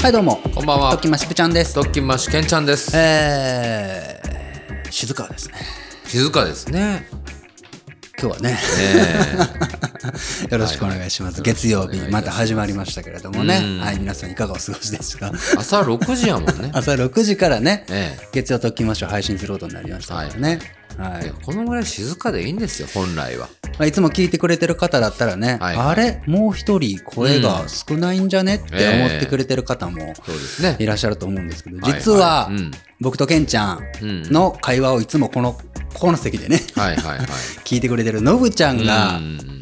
はいどうもこんばんはときましぶちゃんですドッキンマッシュケンちゃんです。えー、静川ですね静かですね。 今日はね よろしくお願いします、月曜日また始まりましたけれどもねはい皆さんいかがお過ごしですか。朝6時やもんね 朝6時からね、ええ月曜ときましょう配信することになりましたからね、はいいやこのぐらい静かでいいんですよ、本来は。まあ、いつも聞いてくれてる方だったらね、はいあれもう一人声が少ないんじゃね、って思ってくれてる方もそうですねい。らっしゃると思うんですけど、はい実ははいうん僕とケンちゃんの会話をいつもこのこの席でねはいはいはい。聞いてくれてるノブちゃ んがうんうんうん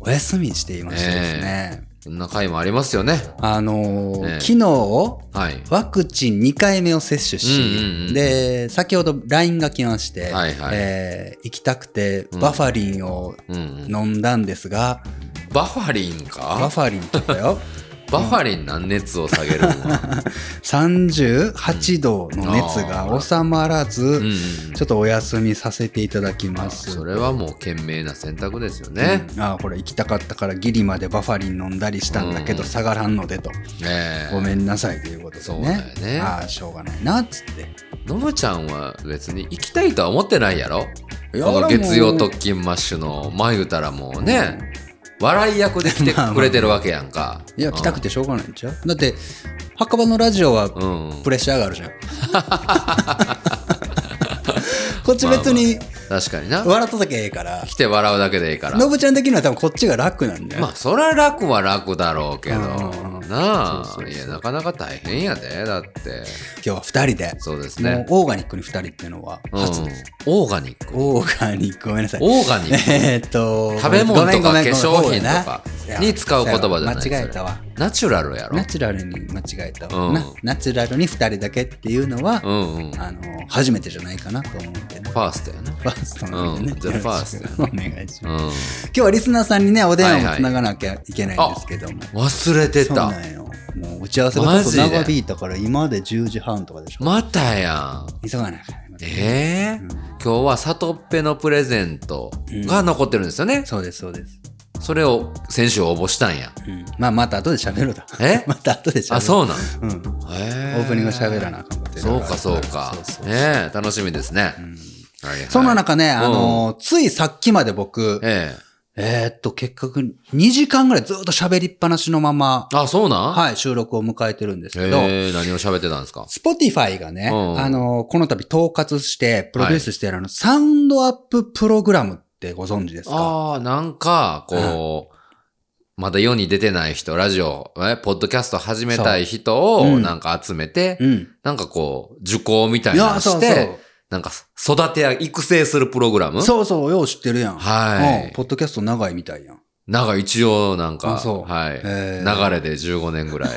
お休みしていましてですね、そんな回もありますよね。あのーええ昨日はい。ワクチン2回目を接種し、うんうんうんで先ほど LINE が来まして、はいはいえー行きたくてバファリンをうんうん飲んだんですが、バファリンバかファリンって言った よバファリンなん熱を下げる のは38度の熱が収まらず、うんうんちょっとお休みさせていただきます。それはもう賢明な選択ですよね。ああこれ行きたかったからギリまでバファリン飲んだりしたんだけどうん下がらんのでと、ええごめんなさいということでそうだねよねああしょうがないなっつってのぶちゃんは別に行きたいとは思ってないやろいやこ俺のも月曜特勤マッシュの前歌らもうね、笑い役で来てくれてるわけやんか。いや来たくてしょうがないんちゃうだって墓場のラジオはうん。うんプレッシャーがあるじゃん こっち別に確かにな。笑っただけええから来て笑うだけでいいから。のぶちゃん的には多分こっちが楽なんだよ、まあ、そら楽は楽だろうけどうんうんう。んなそうそうそあ。ういや、なかなか大変やで。だって。今日は2人でそうですもうね。オーガニックに2人っていうのはうん初です、オーガニック。オーガニックごめんなさいオーガニ ック。えーっと食べ物ごめとんごか化めんごめんそ粧品うやとなかに使う言葉じゃない間違えたわそれナチュラルやろナ。チュラルに間違えたわ、うんなナチュラルに2人だけっていうのは、うんうん。フあの初めてじゃないかなと思うんでねァーストやな。ファーストなのでね、うんじゃあよろしくお願いします、今うん。日はリスナーさんにねお電話はいもはいつながなきゃいけないんですけども、忘れてそうた。なんよもう打ち合わせがちょっと長引いたから今まで10時半とかでしょまたやん。急がなきゃねええ今日は里っぺのプレゼントが残ってるんですよね。そうですそうです、それを先週応募したんや。うん、まあまた後で喋ろうだえ また後で喋ろうあ、そうなん。う、うん、オオーープニング喋らなあかんことそうかそうかそうそう。ねえ、楽しみですね。はいはいそんな中ね、あのーついさっきまで僕、ええ。えーっと、結局、2時間ぐらいずっと喋りっぱなしのまま、あ、そうなんはい、収録を迎えてるんですけど、ええ、何を喋ってたんですか Spotify がね、うんあのーこの度統括して、プロデュースしてるあの、サウンドアッププログラムってご存知ですかああ、なんか、こう、 まだ世に出てない人、ラジオ、えポッドキャスト始めたい人そううをんなんか集めてう、ん。なんかこう、受講みたいいなのや、そしうそてう、。なんか育てや、育成するプログラムそうそう、よう知ってるやん。はいうんポッドキャスト長いみたいやん。なんか一応なんか、あそうはい、えー流れで15年 ぐらい。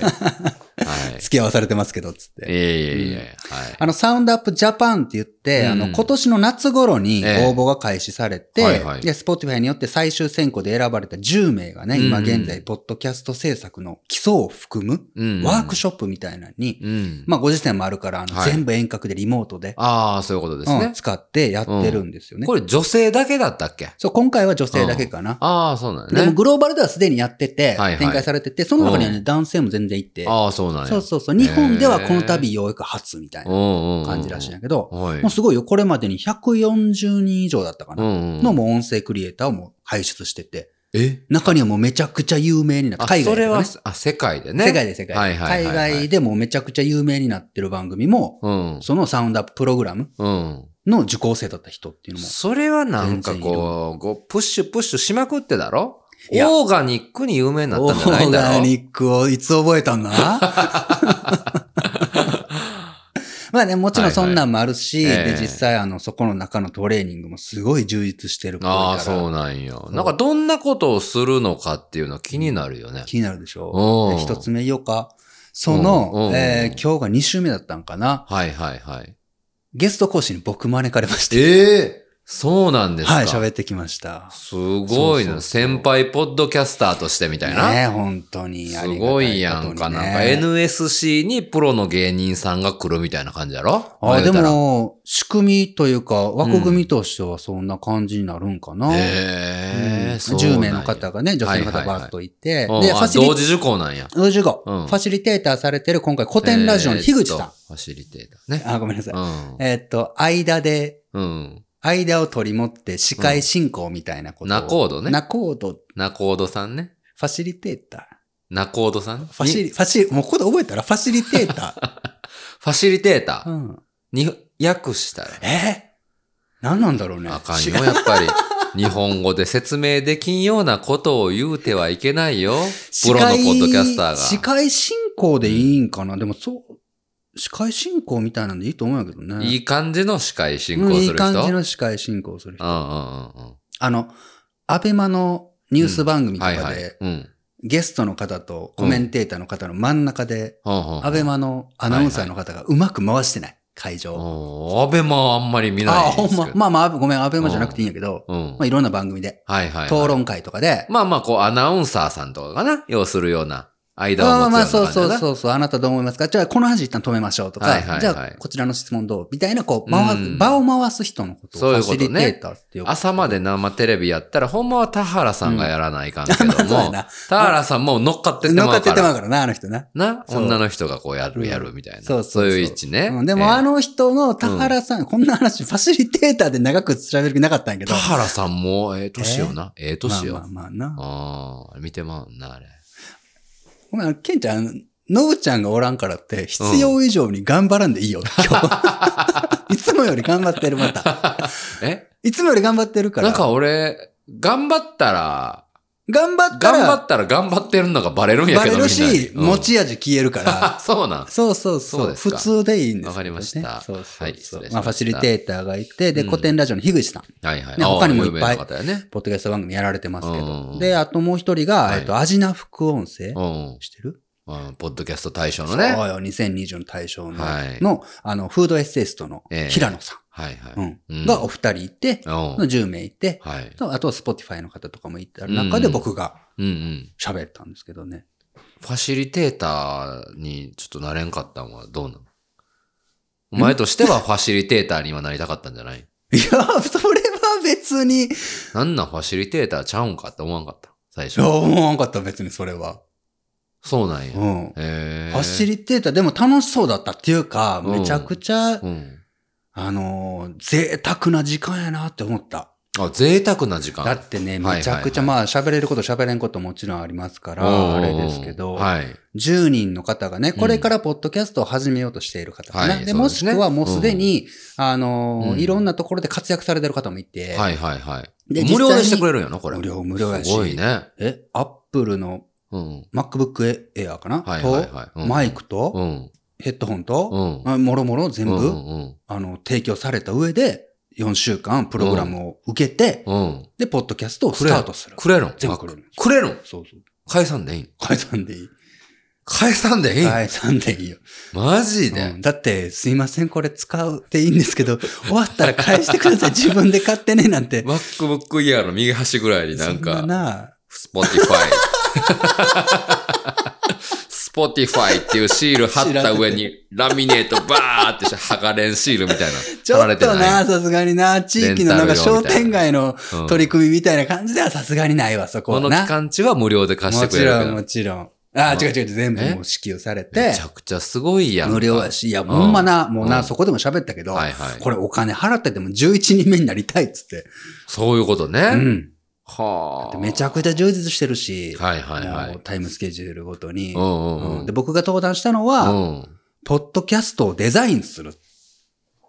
はい。付き合わされてますけど、つって。いえいえいえ、はい。あの、サウンドアップジャパンって言って、うんあの、今年の夏頃に応ええ募が開始されて、はいはいで、Spotify によって最終選考で選ばれた10名がね、今うん現在、ポッドキャスト制作の基礎を含むうんワークショップみたいなのに、うん。まあ、ご時世もあるから、あのはい全部遠隔でリモートで、ああ、そういうことですうんね。使ってやってるんですよね。これ女性だけだったっけそう、今回は女性だけかな。ああ、そうなんでやも、ね。グローバルではすでにやってて、はいはい展開されてて、その中にはね、男性も全然いて、ああ、そうなんや。そうそうそう、日本ではこの度ようやく初みたいなうんうん。感じらしいんだけど、はいもう。すごいよ。これまでに140人以上だったかうな。んうんのもう音声クリエイターをもう輩出してて、え中にはもうめちゃくちゃ有名になって、あ、海外そでれもはね、あ、世界でね。世界で世界で、はいはいはいはい海外でもうめちゃくちゃ有名になってる番組も、うん。そのサウンドアッププログラムうん。の受講生だった人っていうのも、それはなんか全然いるこう、こうプッシュプッシュしまくってだろいやオーガニックに有名になっオたんじゃないーんだろガニックをいつ覚えたんだまあね、もちろんそんなんもあるし、はいはいええで、実際あの、そこの中のトレーニングもすごい充実してるっぽいからああ、そうなんよ。なんかどんなことをするのかっていうのは気になるよね。気になるでしょうんで一つ目言おうか。その、うんうんえー今日が2週目だったんかな。はいはいはい。ゲスト講師に僕招かれまして。ええそうなんですか。はい、喋ってきました。すそごいうそうそな。う先輩ポッドキャスターとしてみたいな。ね本当にあすりがたごいやんことか。になねんか NSC にプロの芸人さんが来るみたいな感じやろああ、で。言うたらも、仕組みというか、枠組みとしてはそんな感じになるんかな。へうえ、んそうなんや10名の方がね、女性の方がバーッといて、うんで、あファシリ同時受講なんや。同時号うんファシリテーターされてる今回古典ラジオの樋口えーさっとファシリテーターねん。。あ、ごめんなさい。うえーっと、間で、ん。うん。間を取り持って司会進行みたいなことを。ナコードねナコード、フナコードさんね。ァシリテーター。ナコードさフんァシにリ、ファシリ、もうここで覚えたらファシリテータファシリテーター。うー。ん。に、訳したら。え何なんだろうね。あかん違よ、やっ ぱり。日本語で説明できんようなことを言うてはいけないよ。プロのポッドキャスタ司ー会進行でいいんかな、でもそう、司会進行みたいなんでいいと思うんやけどが。ね。いい感じの司会進行うんいすいる人。うん感うんじうんの司会進行する人。うん。あの、アベマのニュース番組とはいかはい。で、うん。ゲストの方とコメンテーターの方の真ん中で、はんはんアベマのアナウンサーの方がうまく回してない、会場。おーアベマあんまり見ないあ、ですけほんど。ま。まあまあ、ごめん、アベマじゃなくていいんやけど、うん。まあいろんな番組で、はいはい。討。論会とかで、まあまあ、こう、アナウンサーさんとかかな要するような。間まあを持つような感じだな。まあ、そうそうそうそう、あなたどう思いますかじゃあ、この話一旦止めましょうとか、はいはいはいじゃあ、こちらの質問どうみたいな、こう、回うん場を回す人のことをそうファいうこシとリねテーターってよく。朝まで生テレビやったら、ほんまは田原さんがやらないかんけども、うん まあそうやな田原さんもう乗っかってって乗っまかうってかってまうら、からな、あの人な。な、そう女の人がこうやるやるみたいな。そうそうそういう位置ね。うんでええも、あの人の田原さん、こんな話、ファシリテーターで長く調べる気なかったんやけど。田原さんも、ええ年よな。ええ年よ。まあまあまあな。ああ、見てまうんな、あれ。ごめん、ケンちゃん、ノブちゃんがおらんからって、必要以上に頑張らんでいいよ、 今日。いつもより頑張ってる、また。えいつもより頑張ってるから。なんか俺、頑張ったら、頑張ったら、頑張ったら頑張ってるのがバレるんやバけど、レるし、みんなにうん持ち味消えるから。 そうなん。そうそうそそうう。です普か通でいいんですよねわかりましたそうそうそうはい失礼しましたまあ、ファシリテーターがいて、で、うん古典ラジオの樋口さん、はいはい。ねあー他にもいっぱい有名な方やね。ポッドキャスト番組やられてますけうんうど。んで、あともう一人が、はいえっと、アジナ副音声うんしてるうん。ポッドキャスト大賞そのうね。よ、2020の大賞のはいの、あの、フードエッセイストのええ平野さはいはい。んううんんがお二人いて、うんの10名いて、はい。とあと、スポティファイの方とかもいた中でうん僕がうんうん。喋ったんですけどね。ファシリテーターにちょっとなれんかったんはどうなのお前としてはファシリテーターにはなりたかったんじゃないいや、それは別に、いなんなんファシリテーターちゃうんかって思わんかった最初や。思わんかった、別にそれは。そうなんや。うへん。え。ファシリテーター、でも楽しそうだったっていうか、うんめちゃくちゃ、うん。あのー、贅沢な時間やなって思った。あ、贅沢な時間。だってね、はいめちゃくちゃ、はいまあ喋れること喋れんこともちろんありますかうんら、あれですけど、はい。 10人の方がね、これからポッドキャストを始めようとしている方がね、はいでそうもでしすねくはもうすでに、あのーうんいろんなところで活躍されてる方もいて、はいはいはい。で無実料際にでしてくれるんやな、これ。無料無料やしすごいね。え、アップルのうん。 MacBook Air かな、はいはいはいと、うんマイクうと、ん。ヘッドホンと、うん。あもろもろ全部、うんうんあの、提供された上で、4週間プログラムを受けて、うん。うん。で、ポッドキャストをスタートする。くれるん全部くれるくれるんそうそう。解散でいいん解散でいい。解散でいいん解散でいいよ。マジうでんだって、すいません、これ使っていいんですけ ど、終わったら返してください。自分で買ってね、なんて。 ?MacBook Air の右端ぐらいになんそかん、な Spotify。Spotify っていうシール貼った上に、ラミネートバーってして、剥がれんシールみたいな。な ちょ貼られってとない。な、さすがにな、地域のなんかレンタル用商みたいな店街のうん取り組みみたいな感じではさすがにないわ、そここはのな。期間中は無料で貸してもくれちるろけん、どもちろん。あー、違う違う違う、全部えもう支給されてめち。ゃくちゃすごいやんか。無料やし、いや、んほんまな、もううな、んそこでも喋ったけど、はいはいこれお金払ってでも11人目になりたいっつって。そういうことね。うん。はあ。めちゃくちゃ充実してるし、はいはいはもうい。タイムスケジュールごとに。うんうんうんで、僕が登壇したのは、うん。ポッドキャストをデザインする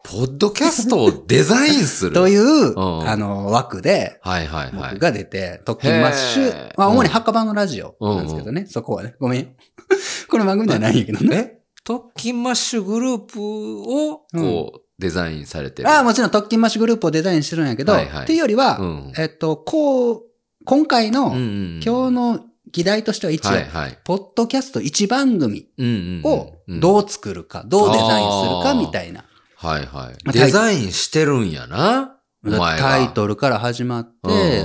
ポッドキャストをデザインす る。とう。いう、んあの、枠で、はいはいはい。僕が出て、特訓マッシへュー、まあ、うん主に墓場のラジオなんですけどね、そこはね、ごめんよ。 この番組ではないんやけどね。特勤マッシュグループを、こう、デザインされてる。ああ、もちろん特訓マッシュグループをデザインしてるんやけど、はいはいっていうよりは、うんえっと、こう、今回の、うんうん、今日の議題としては一応、はいはい。ポッドキャスト1番組うんうんうんをどうんう作るか、どうデザインするかみたいな。はいはい。まあデザインしてるんやな。お前がタイトルから始まって、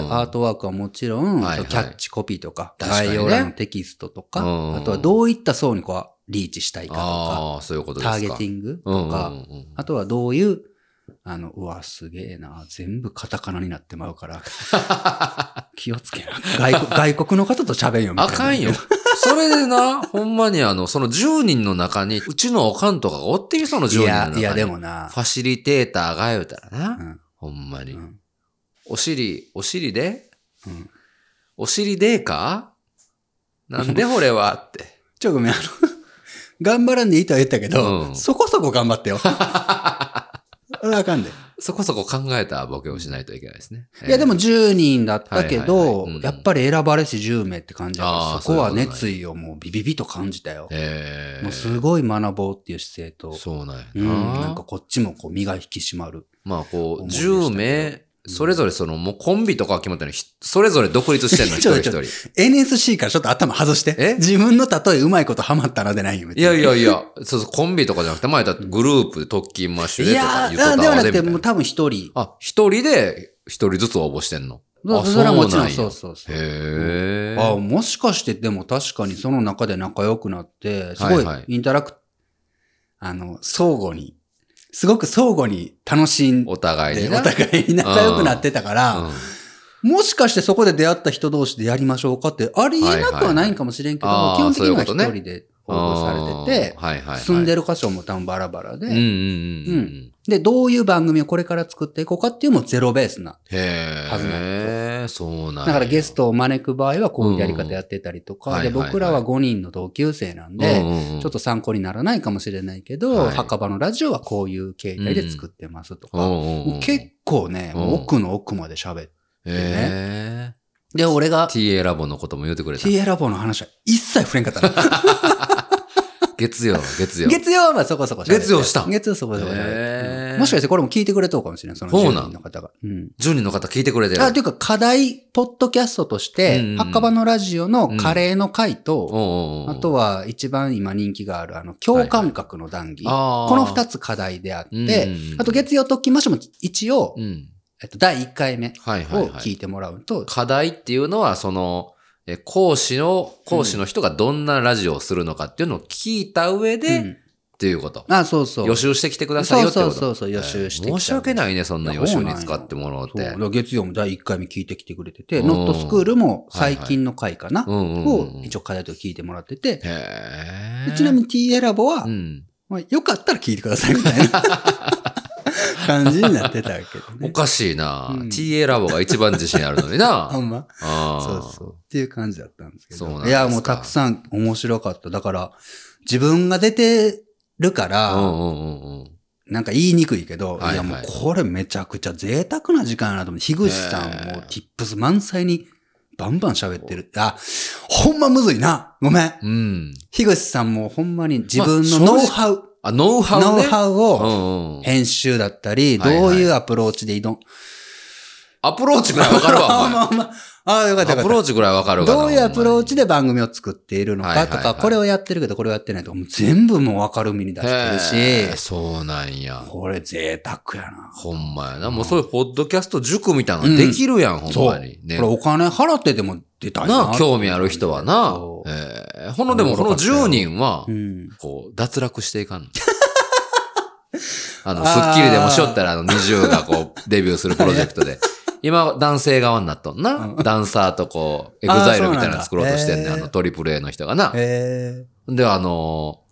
うんアートワークはもちろん、はいはいキャッチコピーとか、確かにね概要欄のテキストとか、うんあとはどういった層にこう、リーチしたいかとか、ああ、そういうことですタか。ーゲテンィングとか、あとはどういう、あの、うわ、すげえな、全部カタカナになってまうから、 気をつけな。外国 外国の方と喋んよ、みたいあな。かんよ。 それでな、ほんまにあの、その10人の中に、うちのおかんとかがおってきその10い人の中や、に。いや、でもなフ、ァシリテーターが言うたらな、うんほんまに、うんお尻、お尻で、うんお尻でかなんで俺はって。ちょ、ごめん、あの、頑張らんでいいとは言ったけど、うんそこそこ頑張って よ。あれあかんで。そこそこ考えたボケをしないといけないですね。いや、でも、も10人だったけはいはいどはいうん、やっぱり選ばれし10名って感じだかあーら、そこはそういうこと熱意をもうビビビと感じたよ。えーもうすごい学ぼうっていう姿勢と、そうなんやな。うん、なんかこっちもこう身が引き締まる。まあこ思う、い出したけど10名、それぞれその、もうコンビとかは決まったのに、ひそれぞれ独立し てんの、一ちょ人っと一ちょっ人。 NSC からちょっと頭外して。え自分の例えうまいことハマったなでないよ、別にいやいやいや、そうそう、コンビとかじゃなくて、前だってグループで特勤マッシュいでとかや言ー、うとではなくて、みたいもう多分一人。あ、一人で一人ずつ応募してんの。あ、それはもちろん、やそうそうそう。へえ。あもしかしてでも確かにその中で仲良くなって、すごはいいはいインタラク、あの、相互に、すごく相互に楽しんで、お互いにな。お互いに仲良くなってたから、もしかしてそこで出会った人同士でやりましょうかって、ありえなくはないんかもしれんけど、はいはいあー基本的にはそう一い人で応募されてて、はいはい。住んでる。る箇所も多分バラバラで、うんうんうんう。うんで、どういう番組をこれから作っていこうかっていうのもゼロベースな。はずなんへえ、そうなんやだからゲストを招く場合はこういうやり方やってたりとうんか、で、はいはいはい僕らは5人の同級生なんうで、んうんうんちょっと参考にならないかもしれないけど、はい墓場のラジオはこういう形態で作ってますとか、うんうんうんもう結構ね、うんもう奥の奥まで喋って。へえ。で、俺が TA ラボのことも言ってくれた。 TA ラボの話は一切触れんかったな。月曜、月 曜。月曜はそこそこ喋って月曜した月曜そこそこ喋ってへーうんもしかしてこれも聞いてくれとうかもしれない、そのそ10うなん人の方が。うん10人の方聞いてくれてる。あ、というか課題、ポッドキャストとして、うんうん墓場のラジオのカレーの回おと、うおうおうあとは一番今人気がある、あの、共感覚の談義。あーこの二つ課題であって、うんうんあと月曜特勤マッシュも一応、うん。えっと、第1回目はいはいをはい。聞いてもらうと、課題っていうのは、その、え講師の、講師の人がどんなラジオをするのかっていうのを聞いた上で、うんっていうこと。あ、そうそう。予習してきてくださいよってこと。そうそうそうそう予習してきた申し訳ないね、そんな予習に使ってもらうそうてだか。ら月曜も第1回目聞いてきてくれてて、うんノットスクールも最近の回かな、うんうんうんを一応課題と聞いてもらってて、へでちなに、みに TA ラボは、うん。まあ、よかったら聞いてくださいみた いな感じになってたわけどお ね。かしいな、うん TA ラボが一番自信あるのに な。あんま。あそうーそう。っていう感じだったんですけそうなんど。ですかいや、もうたくさん面白かった。だから、自分が出てるかうら、んうんうんうん。なんか言いにくいけど、はいはいいやもうこれめちゃくちゃ贅沢な時間やなと思って、樋口さんへえも tips 満載にバンバン喋ってる。あ、ほんまむずいな。ごめん。うん。樋口さんもほんまに自分のまあノウハウ、あ、ノウハウ、ね。ノウハウうをんうん。編集だったり、はいはいどういうアプローチで挑ん、アプローチぐらいわか るわ、お前。あまあまあ、あよかったよかアプったローチぐらいわかるわな。どういうアプローチでで番組を作っているのかとはいはいか、はいこれをやってるけどこれをやってないとか、もう全部もう明るみに出してるし、そうなんや。これ贅沢やな。ほんまやな。もうそういうポッドキャスト塾みたいなのできるやん、ほんそまう。に。これお金払ってでも出たいな。なあ、興味ある人はな。そうえーほのでもこの10人はう、ん。こう、脱落していかん の。あの、スッキリでもしよったら、あの、20がこう、デビューするプロジェク トで。今、男性側になっとんな。ダンサーとこう、エグザイルみたいなの作ろうとしてんあねーそうなんだあへの、ートリプル A の人がな。えで、あのー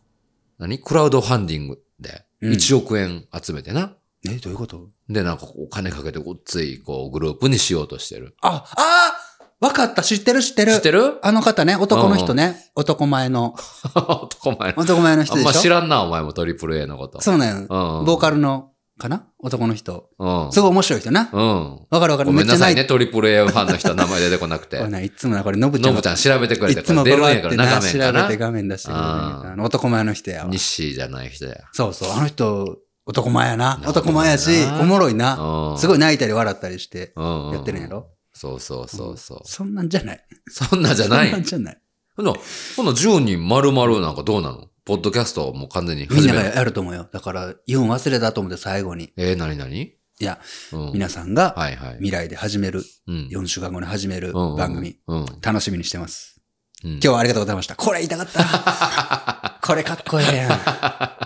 何クラウドファンディングで、うん1億円集めてな。え、どういうことで、なんかこうお金かけてごっつい、こう、グループにしようとしてる。あ、あーわかった、知ってる、知ってる。知ってる あの方ね、男の人ね、男前の、男前の。男前の人あんでま知しょらんな、お前もトリプル A のこと。そうなんよ。うんうん。ボーカルの、かな男の人。うん。すごい面白い人な。うん。わかるわかる。ごめんなさいめっね、トリプル A ファンの人名前出てこなくて ちゃ泣いて。これ。ないつもな、これ、のぶちゃノんブがちゃん調べてくれいたつからも出るんバやーかってらな、な画面調べかてらな。画面出してくれるあーあの男前の人やわ日誌じゃない人や。そうそう、あの人、男前やな。な男前やし男前や、なおもろいな。うん。すごい泣いたり笑ったりして、うん。やってるんやろそうそうそうそう。そんなんじゃない。そんなじゃなそんなんい。じゃない。ほな、ほな10人丸々なんかどうなのポッドキャストをもう完全にみん始なめがる。やると思うよ。だから、言うん忘れたと思って最後に。えー、なになにいや、うん皆さんがはいはい。未来で始める、うん4週間後に始めるうんうん番組、うん。うん楽しみにしてます。今今日はありがとうございました。これ言いたかった。 これかっこええやん。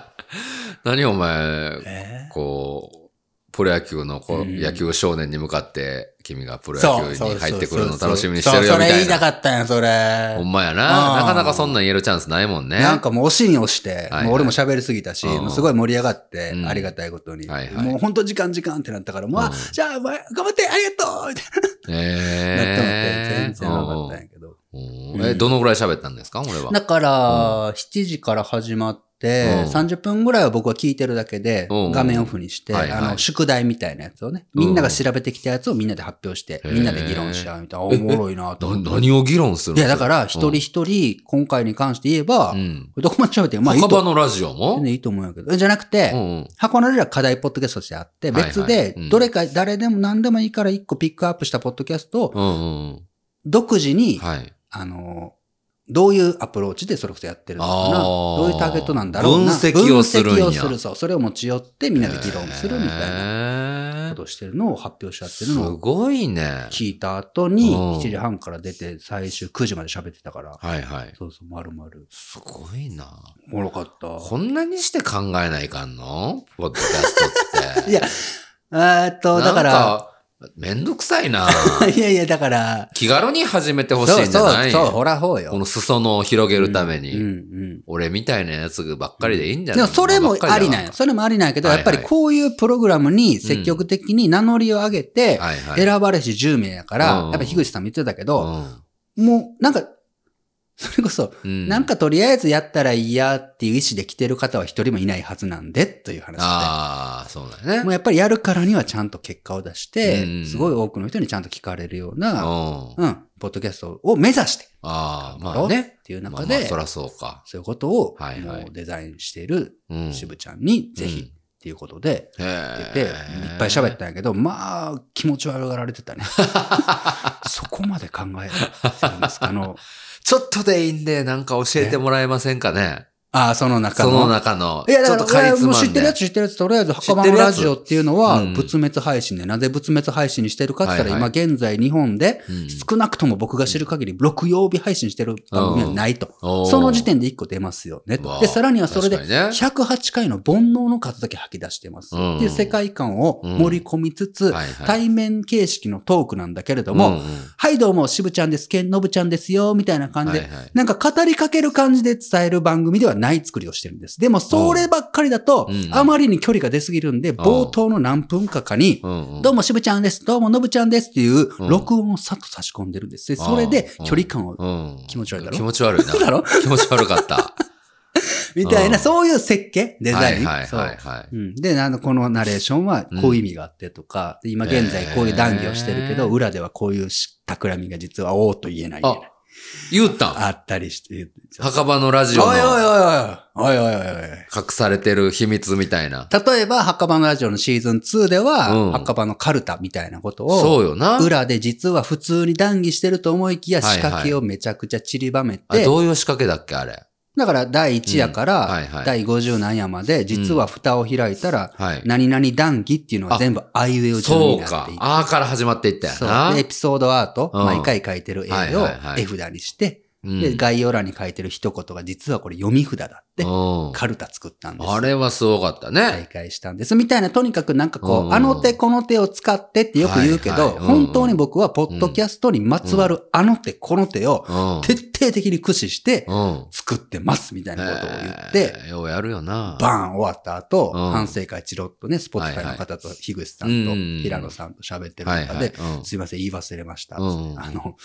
何お前、えこう、プロ野球のこう、うん野球少年に向かって、君がプーロそう野球そうに入ってくるそのうそう楽しみにしてるよそうみそれた言いいたな。かったんや、それほ。んまやうんな。なかなかそんなん言えるチャンスないもんね。なんかもう押しに押して、はいもう俺も喋りすぎたし、うんもうすごい盛り上がってう、んありがたいことに。はいはいもう本当時間時間ってなったから、もう、うんあじゃあ、お前頑張って、ありがとうみたいななってもって、え全然なかったんやけど。うんえ、どのぐらい喋ったんですか俺は。だから、7時から始まって、うん30分ぐらいは僕は聞いてるだけで、うん画面オフにして、はいはいあの、宿題みたいなやつをね、みんなが調べてきたやつをみんなで発表して、うんみんなで議論し合うみたいな、あおもろいなとな思って。何を議論するいや、のだから、一人一人、今回に関して言えば、うん。どこまで喋っても、まあ、いい墓と場のラジオも全然いいと思うんやけど。じゃなくて、うんうん箱のラジオは課題ポッドキャストとしてあって、はいはい別でうん、どれか、誰でも何でもいいから一個ピックアップしたポッドキャストを、うんうん独自うん。に、はい。あの、どういうアプローチでそれこそやってるのかな。あーどういうターゲットなんだろうな。分析をするんや分析をする。そう。それを持ち寄ってみんなで議論するみたいななことをしてるのを発表し合ってするのをごいね。聞いた後に、うん7時半から出て最終9時まで喋ってたから。はいはい。そうそう、まるまる。すごいな。おもろかった。こんなにして考えないかんのポッドキャス トって。いや、えーっと、だから、なんか。めんどくさ いな。いやいや、だから、気軽に始めてほしいんじゃないそうそうそう、ほらほうよ。この裾野を広げるためうんうに。ん俺みたいなやつばっかりでいいんじゃでないもそれもありなんいや。それもありなんやけど、はやいはっいぱりこういうプログラムに積極的に名乗りを上げて、はいはい。選ばれし10名やから、うんやっぱ樋口さんも言ってたけど、もうなんか、 それこそ、うんなんかとりあえずやったらいいやっていう意思で来てる方は一人もいないはずなんで、という話ああ、そうだで。ね。もうやっぱりやるからにはちゃんと結果を出して、うんすごい多くの人にちゃんと聞かれるような、うん。うん、ポッドキャストを目指して、ああ、まやろあうね。っていうまあ中まあでそ、らそうか。そういうことをはいはいもうデザインしているうん。渋ちゃんにぜうんひっていうことでへ言っえて、いっぱい喋ったんやけど、まあ気持ち悪がられてた ね。そこまで考えてるんですかあの、ちょっとでいいんで、なんか教えてもらえませんかね。ああ、その中そのの。中の。いや、だちょっとかかいら、つもうまんで知ってるやつ知ってるやつ、とりあえず、知墓っ場てのるやつラジオっていうのは、うん仏滅配信で、なぜ仏滅配信にしてるかって言ったら、はいはい今現在日本で、うん少なくとも僕が知る限り、6曜日配信してる番組はないと。おーその時点で1個出ますよねまあ。で、さらにはそれで確かにね108回の煩悩の数だけ吐き出してます。うんっていう世界観を盛り込みつつ、んはいはい対面形式のトークなんだけれども、うんうんはいどうも、しぶちゃんです、けんのぶちゃんですよ、みたいな感じで、はいはいなんか語りかける感じで伝える番組ではない作りをしてるんです。でも、そればっかりだと、うんあまりに距離が出すぎるんで、冒頭の何分かかに、うんうんどうもしぶちゃんです、どうものぶちゃんですっていううん録音をさっと差し込んでるんです。でそれで距離感を、うん気持ち悪いだろ気持ち悪いな。だろ気持ち悪 かった。みたいな、うんそういう設計、デザイン。はいはいそうはいはい。うん、で、あの、このナレーションはこういう意味があってとか、で今現在こういう談義をしてるけど、へー裏ではこういうし企みが実はおうと言えない言えないあ、言ったんあったりして。墓場のラジオおいおいおいのおいおいおいおいおい隠されてる秘密みたいな。例えば、墓場のラジオのシーズン2では、うん墓場のカルタみたいなことそを、うよな。裏で実は普通に談義してると思いきやはいはい仕掛けをめちゃくちゃ散りばめて、あどういう仕掛けだっけあれ。だから第1夜かうんはいはらい第50何夜まで、実は蓋を開いたら、はい。何々談義っていうのは全部あいうえお順そにうなっかてい。て。あーから始まっていったよそうなでエ。ピソードアート、うん毎回書いてるは絵いをはいはい絵札にして、うんで、概要欄に書いてる一言が実はこれ読み札だって、うんカルタ作ったんです。あれはすごかった大ね。会したんです。みたいな、とにかくなんかこう、うんあの手この手を使ってってよく言うけど、はいはいうん本当に僕はポッドキャストにまつわるあの手この手をうん。徹底的に駆使してうん。作ってますみたいなことを言って、えー、ようやるよな。バーン終わった後、うん反省会チロッとね、スポットはいのはい方と、樋口さんうんとうんうん平野さんと喋ってるはい中はいで、うんすいません、言い忘れました。うんうんあの、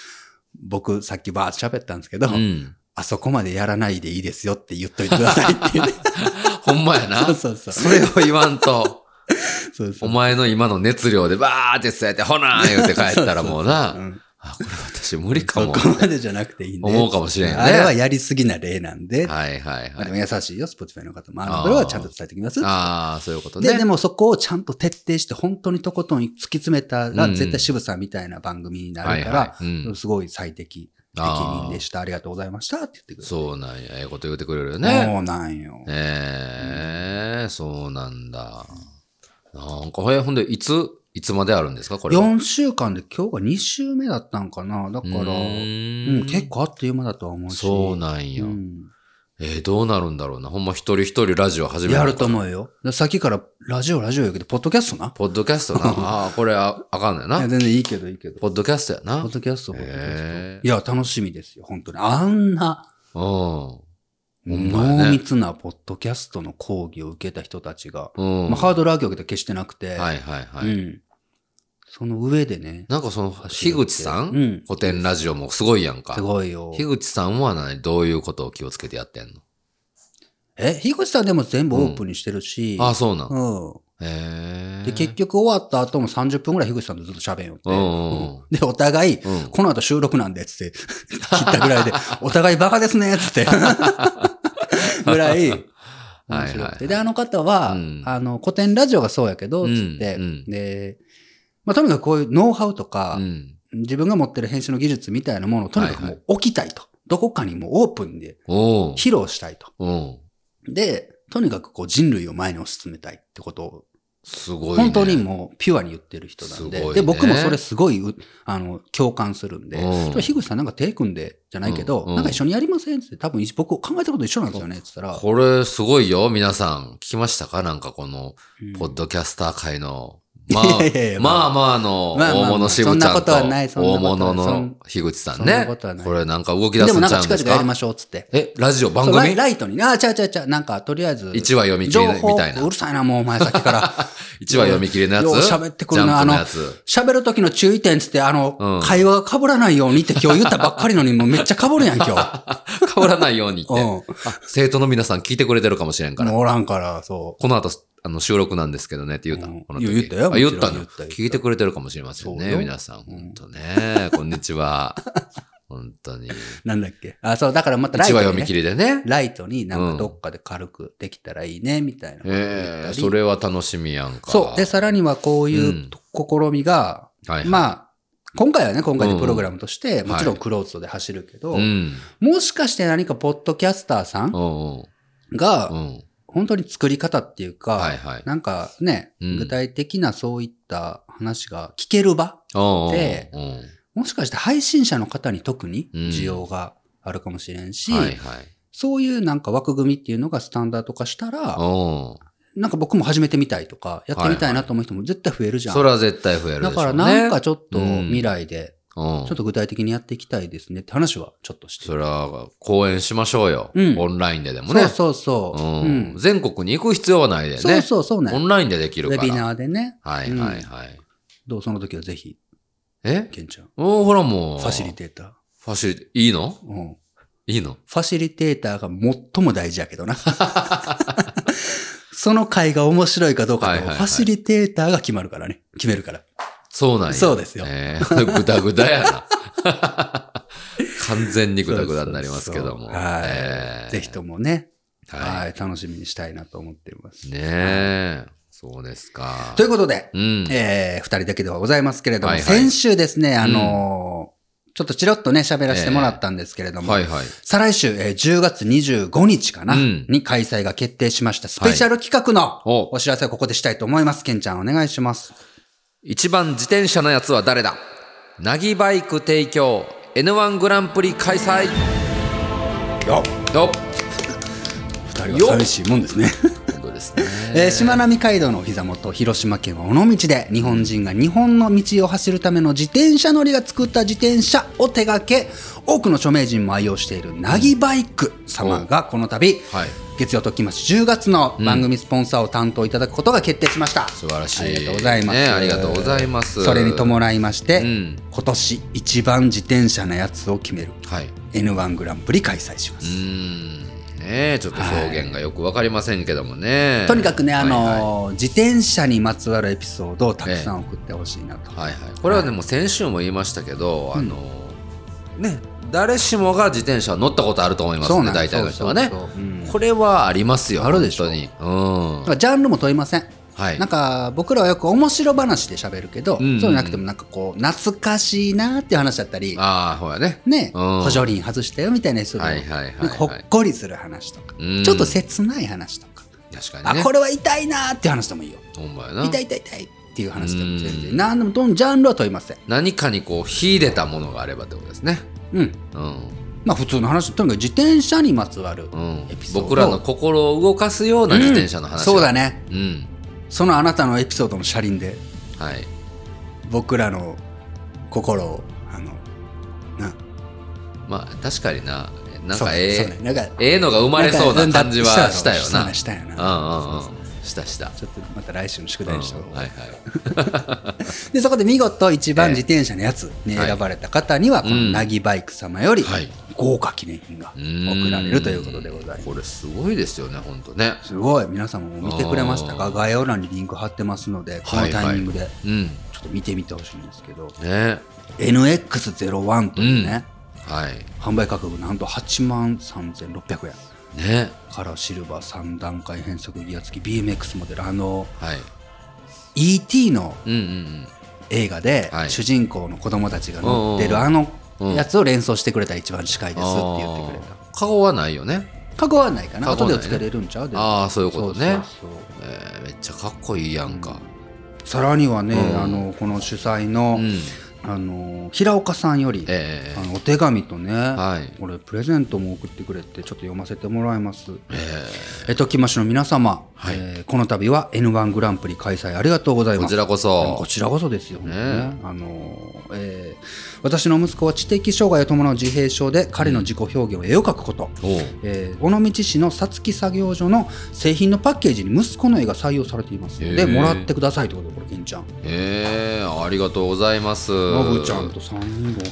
僕さっきバーッと喋ったんですけど、うん。あそこまでやらないでいいですよって言っといてください っていうね。 ほんまやな。そうそうそう。それを言わんと、 そうそうお前の今の熱量でバーって伝えて、ほなー言って帰ったらもううな、んあ、これ私無理かそもこ。までじゃなくていいんで。思うかもしれんよねあれはやりすぎな例なんで。はいはいまあはでい。も優しいよ、Spotify の方も。ああーの、これはちゃんと伝えてきます。ああ、そういうことね。で、でもそこをちゃんと徹底して、本当にとことん突き詰めたら、うん絶対渋さんみたいな番組になはるいから、はい。うん。すごい最適。適任でした。ありがとうございました。って言ってくれる。そうなんや。ええこと言ってくれるよそね。うなんよ。ええ、そうなんだ。なんか、え、ほんで、いつ、いつまであるんですかこれは。 4週間で今日が2週目だったんかなだから、ううん、ーん結構あっという間だとは思うし。そうなんや。うんえーどうなるんだろうな。ほんま一人一人ラジオ始めやるとう。思うよ。ださっきから、ラジオラジオ言うけど、ポッドキャストな。ポッドキ ャストな。ああ、これああかんのやいやな。全然いいけど、いいけど。ポッドキャストやな。ポッドキャスト、ポッドキャスト。えいや、楽しみですよ、本当に。あんな、えー。ほんまやね濃密なポッドキャストの講義を受けた人たちが、うん。うん。まあ、ハードル上げて決してなくて、はいはいはい。うん、その上でね、なんかその、走樋って口さん、うん古典ラジオもすごいやんかす。ごいよ。樋口さんは何どういうことを気をつけてやってんのえ、樋口さんでも全部オープンにしてるし、ああ、そうなん。うんへえ。で結局終わった後も30分ぐらい樋口さんとずっと喋んよって、うんうんうん で、お互い、うんこの後収録なんで、つって、切ったぐ らいで、お互いバカですね、つって。ぐらい、面白くて。はいはいはいで、あの方は、うんあの、古典ラジオがそうやけど、うつんって、うんで、まあ、とにかくこういうノウハウとか、うん。自分が持ってる編集の技術みたいなものをとにかくもう置きたいと。どこかにもうオープンでおう。披露したいと。うん。で、とにかくこう人類を前に推し進めたいってことをすごい、ね。本当にもうピュアに言ってる人なんすで、ごいねで、僕もそれすごいう、あの、共感するんで、うんちょっと樋口さんなんか手組んで、じゃないけど、うんうんなんか一緒にやりませんって、多分一僕考えたこと一緒なんですよねって言ったら、これすごいよ、皆さん。聞きましたかなんかこの、うんポッドキャスター界 の、まあいやいやい、やまあまあの、まあまあまあ大物しぶちそんゃなこんと、とはないそんなこ大とはない物そのん樋口さんそんなねことはな。いこれなんか動き出ですもんなんちゃかうんで近す々やりまかしょうっつって。え、ラジオ、番そうライ組ライトに、ああ、ちゃうちゃうちゃう、なんかとりあえず、一話読み切情り報みたいなう。るさいな、もうお前さっきから。 一話読み切りのやつよう喋ってくるなジャンプのやつ。喋る時の注意点つって、あの、うん会話が被らないようにって今日言ったばっかりのに、もうめっちゃ被るやん、今 日。変わらないようにって。うんあ生徒の皆さん聞いてくれてるかもしれんから。もうおらんから、そう。この後、あの、収録なんですけどねって言うたうんの。このいや言ったよあ、もちろ言んったの言った言った聞いてくれてるかもしれませんそうね。よ皆さん、本当ね。こんにちは。 本当に。なんだっけ。あ、そう、だからまた一ライ話トに、読みね切。りでね。ライトになんかどっかで軽くできたらいいね、みたいなことを言ったり、ええ、それは楽しみやんか。そう。で、さらにはこういううん試みが、はいはい。まあ、今回はね、今回のプログラムとして、んもちろんクローズドで走るけど、うん。もしかして何かポッドキャスターさんうんうん。うが、ん。本当に作り方っていうか、はいはい。なんかね、うん具体的なそういった話が聞ける場、うんうんでうもしかして配信者の方に特にうん需要があるかもしれんし、ん。はいはい。そういうなんか枠組みっていうのがスタンダード化したら、うん。なんか僕も始めてみたいとか、やってみたいなと思う人も絶対増えるじゃん。それは絶対増えるでしだょうね。からなんかちょっとうん未来で、うんちょっと具体的にやっていきたいですねって話はちょっとしてそる。れは、講演しましょうよ。うんオンラインででもそうね。そうそう。ううんん。全国に行く必要はないでね。そうそうそうねオ。ンラインでできウるから。ェビナーでね。はいはいはい。どうその時はぜひ、えケンちゃん。おーほらもう。ファシリテーター。ファシリテいいのうん。いいのファシリテーターが最も大事やけど な。その回が面白いかどうかはいと、はいフはいァシリテーターが決まるからね。決めるから。そうなんや。そうですよえー、 ぐだぐだやな。 完全にぐだぐだになりますけども。 そうそうそうはい、えーぜひ。ともね、ははい、楽しみにしたいなと思っていますい。。ねえ。そうですか。ということで、うん。えー、二人だけではございますけれども、はいはい先週ですね、あのーちょっとチロッとね、喋らせてもらったんですけれども、はいはい。再来週、えー10月25日かな、うんに開催が決定しました、スペシャル企画のおお知らせをここでしたいと思います。ケンちゃん、お願いします。一番自転車のやつは誰だなぎバイク提供 N1 グランプリ開催よよ二人は寂しいもんですね。本当ですねえー、しまなみ海道のお膝元広島県は尾道で日本人が日本の道を走るための自転車乗りが作った自転車を手掛け多くの著名人も愛用しているなぎバイク様がこの度、はい月曜ときます10月の番組スポンサーを担当いただくことが決定しました、素晴らしいありがとうございます、ねありがとうございますそれに伴いまして、うん今年一番自転車のやつを決めるはい N1 グランプリ開催しまうす、ーんねえちょっと表現がよくわかりませんけどもね、とにかくね、あのはいは自転車にまつわるエピソードをたくさん送ってほしいなと、い、はいはいこれはでも先週も言いましたけど、あのね誰しもが自転車乗ったことあると思いますそうねなん大体の人はそねうそうそううんこれはありますよあるでしょ本当だにからジャンルも問いませんうんはいなんか僕らはよく面白話で喋るけど、うんうんそうじゃなくてもなんかこう懐かしいなーっていう話だったりああほらねねうん補助輪外したよみたいなそういうはいのはいはいはいなんかほっこりする話とか、うんちょっと切ない話とか、確かにあね。これは痛いなーっていう話でもいいよほんまやな。痛い痛い痛いっていう話でも全う然ん何でもどのジャンルは問いません何かにこう、秀でたものがあればってことですね。うんうん。まあ普通の話とにかく自転車にまつわるうんエピ、ソード僕らの心を動かすような自転車の話、そうだね。ねうん。そのあなたのエピソードの車輪ではい。僕らの心をあのなまあ、確かにな。なんそうかえそうえ、ねなんかええのが生まれそうな感じはしたよんな。かしたよなしたよなうんうんうん。したした。ちょっとまた来週の宿題にしたう方んがはい はい。でそこで見事一番ええ自転車のやつに選ばれた方にはこうのんなぎバイク様よりはい豪華記念品が贈られるということでございますこれすごいですよね、本当ね。すごい皆さんも見てくれましたかあー概要欄にリンク貼ってますのでこのタイミングでうん。ちょっと見てみてほしいんですけど、ね。 NX01 というね、はい。販売価格なんと8万3600円ね。からシルバー3段階変速ギア付き BMX モデルあのはい。 ET のうんうん映画ではい主人公の子供たちが乗ってるうんあのうんやつを連想してくれたら一番近いうん。ですって言ってくれたあー顔はないよね。過去はないかな過去後はでないねつけれるんちゃうでもああ、そういうことね。そうそうそうえーめっちゃかっこいいやんか。さらにはね、うんあのこの主催の,、うん。あの平岡さんより、ええあのお手紙とね、はい。これプレゼントも送ってくれてちょっと読ませてもらいます。ええっと、きましの皆様、はいえーこの度は N1 グランプリ開催ありがとうございえます。こちらこでもそこ。ちらこそですよ、本当にねねあのーえー私の息子は知的障害を伴う自閉症で彼の自己表現を絵を描くこと、おうえー尾道市のさつき作業所の製品のパッケージに息子の絵が採用されていますので、へーもらってくださいということでこれ金ちゃんええありがとうございます。まぶちゃんと3人が送ってくれ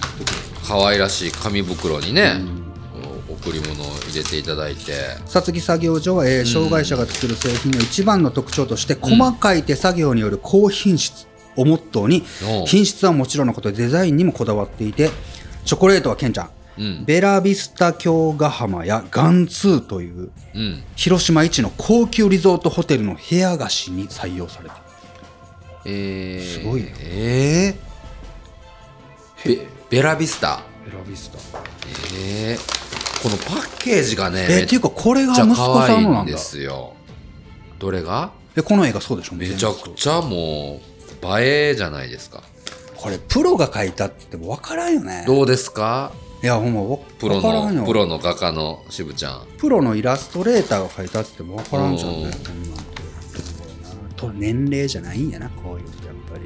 可愛らしい紙袋にね、お贈り物を入れていただいて。さつき作業所は、えー障害者が作る製品の一番の特徴として、細かい手作業による高品質をモットーに、おう品質はもちろんのことデザインにもこだわっていてチョコレートはケンちゃん、うんベラビスタ京ヶ浜やガンツーといううん。広島一の高級リゾートホテルの部屋菓子に採用されているええすごいなええベベラビスタ。ベラビスタええこのパッケージがね、えめっっていちうかこれがゃ息子可さ愛んいのなんんだですよ。どれがえこの映画そうでしょめちゃく全部ちゃもう、映えじゃないですか。これプロが描いたって言っても分からんよねどうですかいやほんまわプロ分からんよの、プロの画家の渋ちゃん。プロのイラストレーターが描いたっつっても分からんじゃんうんねこんなんと年齢じゃないんやなこういうのやっぱり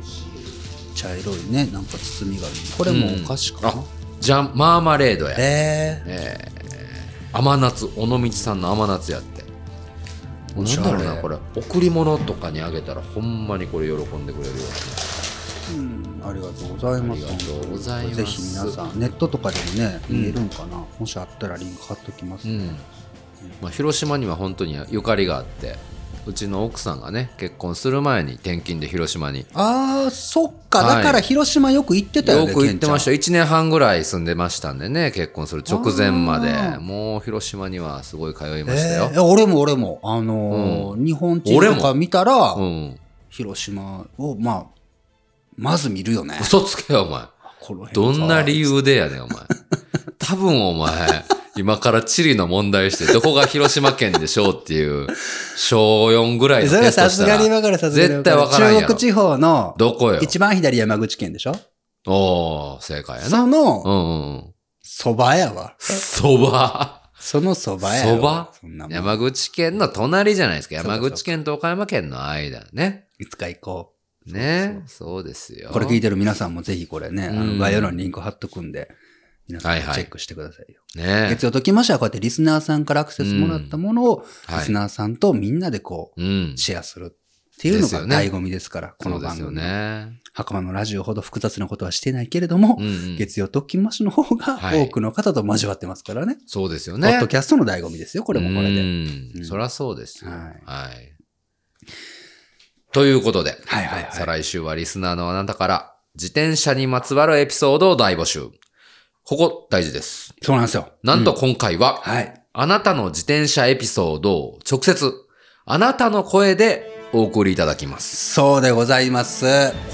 茶色いねなんか包みがあるこれもお菓子かな、あ、ジャン、マーマレードや。えええー、甘夏尾道さんの甘夏やっておなんしゃだれろうなこれ贈り物とかにあげたらほんまにこれ喜んでくれるようんありがとうございますありがとうございますぜひ皆さんネットとかでもね見えるんかな、もしあったらリンク貼っときます、うねん、まあ、広島には本当にゆかりがあってうちの奥さんがね結婚する前に転勤で広島にあーそっかはいだから広島よく行ってたよよね、く行ってましたよ1年半ぐらい住んでましたんでね結婚する直前まあーでもう広島にはすごい通いましたえよ、ー俺も俺もあのー日本地俺図もとか見たら、うん広島をまあまず見るよね嘘つけよお前この辺どんな理由由でやねん、お 前。多分お前、今から地理の問題して、どこが広島県でしょうっていう、小4ぐらいのそれテはストさしすたがら、に分かるさすがに絶対分からんや中ろ国地方のどこよ。一番左山口県でしょおー、正解やな。そのうんうん。そばやわそば。そのそばやわそばそんなもん山口県の隣じゃないですか。そうか山口県と岡山県の間ね。いつか行こね。そうですよ。うこれ聞いてる皆さんもぜひこれねあうのん概要欄にリンク貼っとくんで皆さんチェックしてくださいよね。月曜ときましてはこうやってリスナーさんからアクセスもらったものをリはいス。ナーさんとみんなでこうんう。シェアするっていうのですがよね醍醐味ですからこの番そう組ですよのね。袴のラジオほど複雑なことはしてないけれども、うんうん。月曜特勤マッシュの方がはい多くの方と交わってますからね。そうですよポッねド。キャストの醍醐味ですよ、これもこれで。うでんそりゃそうですよ。ははいい。ということで、はいはいはいさあ来週はリスナーのあなたから、自転車にまつわるエピソードを大募集。ここ大事です。そうなんですよ。なんうと今回は、はい。あなたの自転車エピソードを直接、あなたの声でお送りいただきます。そうでございます。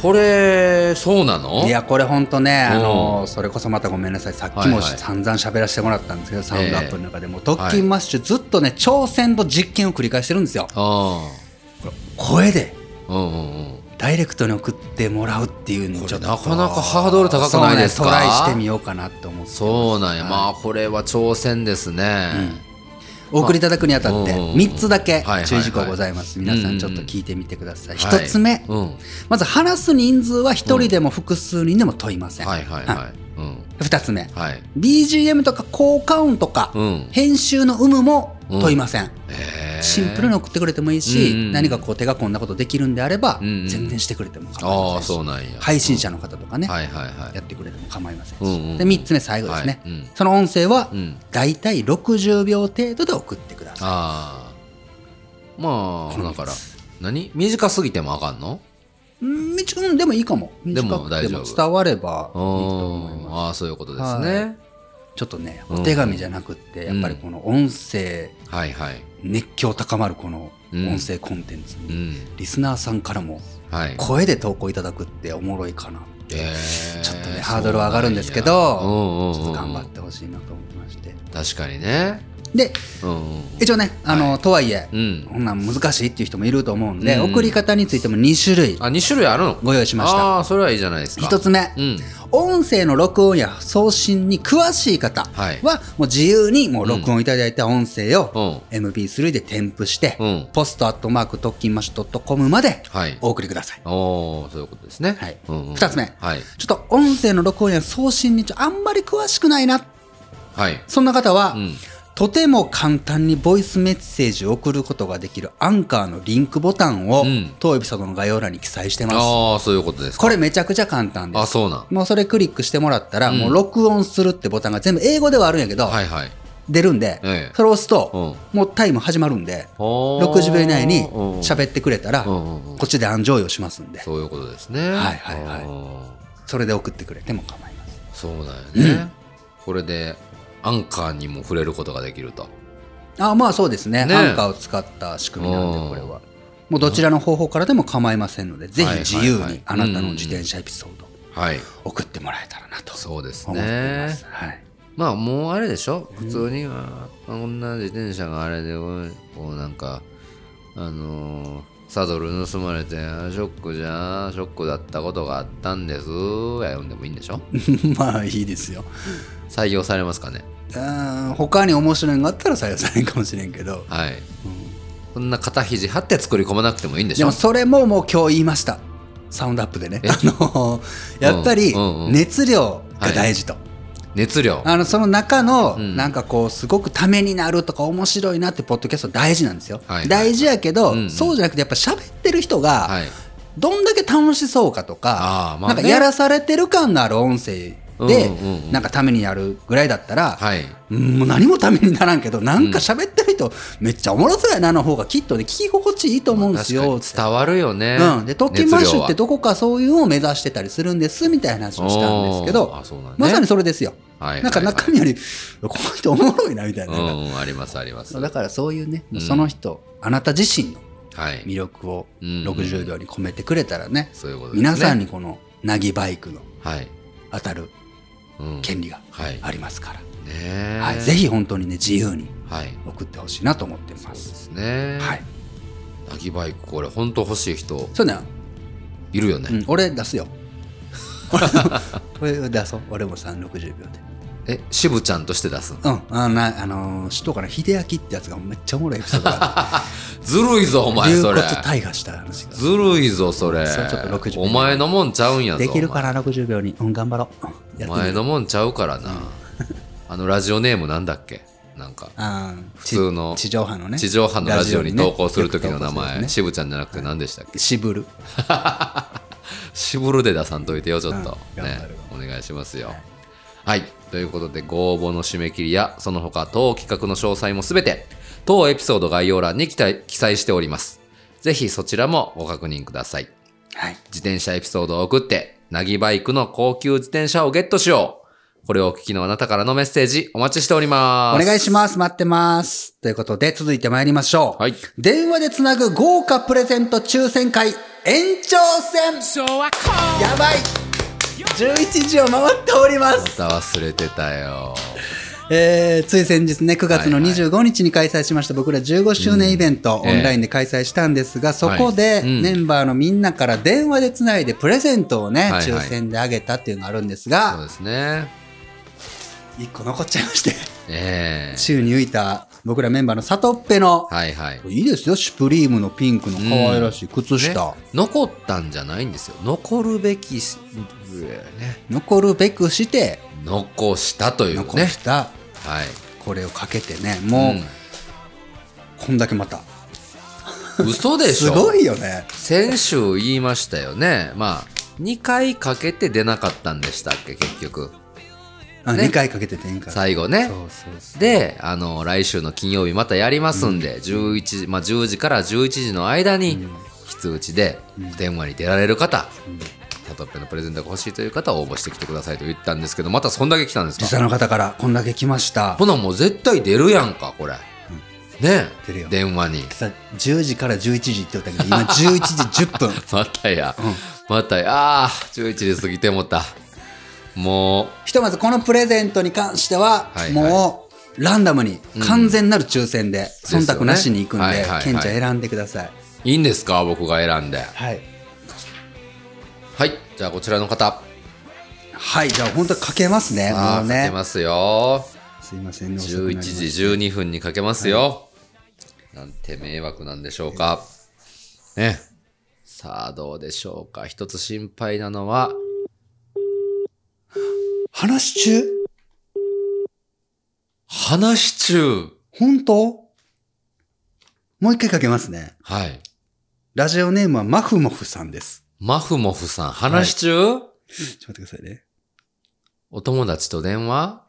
これ、そうなのいや、これほんとね、あうの、んそれこそまたごめんなさい。さっきはいはもい散々喋らせてもらったんですけど、サウンドアップの中でも、特はい勤マッシュずっとね、挑戦と実験を繰り返してるんですよ。あ声であ。うんうんうん。ダイレクトに送ってもらうっていうのをちょっとこれなかなかハードル高くないですかそうねトライしてみようかなって思ってそうなんや。はいまあ、これは挑戦ですね。お送りいただくにあたってうんうんうん3つだけはいはいはい注意事項ございます、皆さうんうんんちょっと聞いてみてください、はい1つ目、うん。はまず話す人数は1人でも複数人でも問いませいん、はいはい。うん。 2つ目はい。 BGM とか効果音とか、うん。編集の有無も問いません、えーシンプルに送ってくれてもいいし、うんうん何かこう手が込んだことできるんであれば、うんうん宣伝してくれても構いあまあ、せんしそうなんや。配信者の方とかね、はいはいはい。やってくれても構いませんし、うんうんで3つ目最後ですね、はいうんその音声はうん。だいたい60秒程度で送ってくださいああ。まこあ、の三だつから、何短すぎてもあかんのうんみちうんでもいいかもでも短くて大丈夫伝わればいいと思いうんますああ、そういうことですね。ちょっとねうんお手紙じゃなくってやっぱりこの音声はいはい。熱狂高まるこのうん音声コンテンツに、うん。リスナーさんからもはい。声で投稿いただくっておもろいかなって、えーちょっとねハードルは上がるんですけどそうなんやうんうんうんちょっと頑張ってほしいなと思いまして確かにね。でうんうん一応ねあの、とはいえ、うん。こんなん難しいっていう人もいると思うんで、うん送り方についても2種類あ、2種類あるのご用意しましたああ、それはいいじゃないですか。 1つ目うん。音声の録音や送信に詳しい方はいはもう自由にもう録音いただいた音声うをん。 MP3 で添付して、うんポストアットマーク特勤マッシュドットコムまではい。お送りください。おおそういうことですね。はいうんうん二つ目はい。ちょっと音声の録音や送信にちょあんまり詳しくないな、はい。そんな方は、うん。とても簡単にボイスメッセージを送ることができるアンカーのリンクボタンを、うん当エピソードの概要欄に記載してます。ああ、そういうことですか。これめちゃくちゃ簡単であ、す。そうなん。もうそれクリックしてもらったら、もう録音するってボタンが全部英語ではあるんやけど、はいはい。出るんで、ええそれを押すと、もうタイム始まるんで、60 60秒以内に喋ってくれたら、うんうんうんこっちで安上用しますんで、そういうことですね。はいはいはいい。それで送ってくれても構いません。そうだよね。これで、アンカーにも触れることができると。あまあそうですねねアンカーを使った仕組みなんうで、んこれは。もうどちらの方法からでも構いませんので、ぜひ自由はいはいはにいあなたの自転車エピソードはい。送ってもらえたらなとそうです思っていまねす。。はいまあもうあれでしょ普通に、あーこんな自転車があれでおいこうなんかあのーサドル盗まれてあーショックじゃショックだったことがあったんですや読んでもいいんでしょまあい いですよ。採用されますかねうん他に面白いのがあったら採用されんかもしれんけど、はい、こんな肩肘張って作り込まなくてもいいんでしでょもそれももう今日言いましたサウンドアップでねあのやっぱりうんうんうん熱量が大事と、熱量あのその中のんなんかこうすごくためになるとか面白いなってポッドキャスト大事なんですよ、はい大事やけど、うんうんそうじゃなくてやっぱ喋ってる人がはいどんだけ楽しそうかとかあ,、ーまあねなんかやらされてる感のある音声で、うんうんうんなんかためになるぐらいだったら、はいうんもう何もためにならんけどなんか喋ってる人めっちゃおもろそうやなの方がきっとね聞き心地いいと思うんです確かよに伝わるよね、うん、で、トッキンマッシュって熱量どこかそういうのを目指してたりするんですみたいな話をしたんですけおーどあそうなん、ねまさにそれですよ。ははいはいなんか中身より、 この人おもろいなみたいな。うんうんありますありますそうだからそういうね、んその人、あなた自身のはい魅力をうん60秒に込めてくれたらね、そういうことですね皆さんにこのなぎバイクのはい、当たるうん、権利がはいありますから、ねえはい、ぜひ本当にね、自由にはい送ってほしいなと思ってそうま。ですすね。はい。。アギバイク、これ、本当欲しい人、そうね、いるようね。ん、俺出す よ。俺 も出そう。俺も360秒で。え、しぶちゃんとして出すのうん、あのな、あのー、知っとうかな、秀明ってやつがめっちゃおもろいエピソードがあずるいぞ、 おる。前、竜そ骨れ。大破した話が。ずるいぞ、それそうちょっと60。お前のもんちゃうんやぞ。できるかな、60秒に。うん、頑張ろう。うんやおってみ前お前る。のもんちゃうからな。あの、ラジオネームなんだっけなんか、あー普通の地地上波のね。地上波のラジオに投稿する時の名よく投稿前、するしぶちゃんじゃなくて何でしたっけね渋る。シブルで出さんといてよ、ちょっと。うん頑ね張る、お願いしますよ。はい。ということで、ご応募の締め切りや、その他当企画の詳細もすべて、当エピソード概要欄に記載記載しております。ぜひそちらもご確認ください。はい。自転車エピソードを送って、なぎバイクの高級自転車をゲットしよう。これをお聞きのあなたからのメッセージお待ちしておりおます。願いします。待ってます。ということで、続いて参りましょう。はい電話でつなぐ豪華プレゼント抽選会、延長戦やばい !11 時を回っておりますまた忘れてたよ。えーつい先日ね、9月のはいはい25日に開催しました、僕ら15周年イベント、うんオンラインで開催したんですが、そこで、はいうんメンバーのみんなから電話でつないでプレゼントをね、はいはい抽選であげたっていうのがあるんですそうが、ですね。 1個残っちゃいまして、 ええ宙に浮いた僕らメンバーのサトッペの、はいはい。いいですよ、シュプリームのピンクの可愛らしい靴下。ね残ったんじゃないんですよ。残るべきし、ね、残るべくして、残したという残ね。した、はい。これをかけてね、もう、こんだけまた。うん嘘でしすょ。ごいよね。先週言いましたよね。まあ、2回かけて出なかったんでしたっけ、結局。あね2回かけて展開。最後ね。そうそうそうで、あの、来週の金曜日またやりますんで、11時、まあ、10時から11時の間に、非通知で電話に出られる方、タトッペのプレゼントが欲しいという方は応募してきてくださいと言ったんですけど、またそんだけ来たんです実か際の方からこんだけ来ました。ほなもう絶対出るやんか、これ。ね出るよ電話に。 さ10時から11時って言ったけど、今11時10分。またや。またや。あー11時過ぎてもた。もう、 ひとまずこのプレゼントに関しては、はいはいもうランダムに完全なる抽選で、うん忖度なしに行くんで、ですよねはいはいはいケンちゃん選んでください。いいんですか僕が選んで。はい。はい。じゃあ、こちらの方。はい、じゃあ本当にかけますね。あもあ、うかけね。ますよ。すいませんね、遅くなり11ました時12分にかけますよ。なんて迷惑なんでしょうか。ね。さあ、どうでしょうか。一つ心配なのは、話中話し中。本当もう一回かけますね。はい。ラジオネームはマフモフさんです。マフモフさん、話し中、ちょっと待ってくださいね。お友達と電話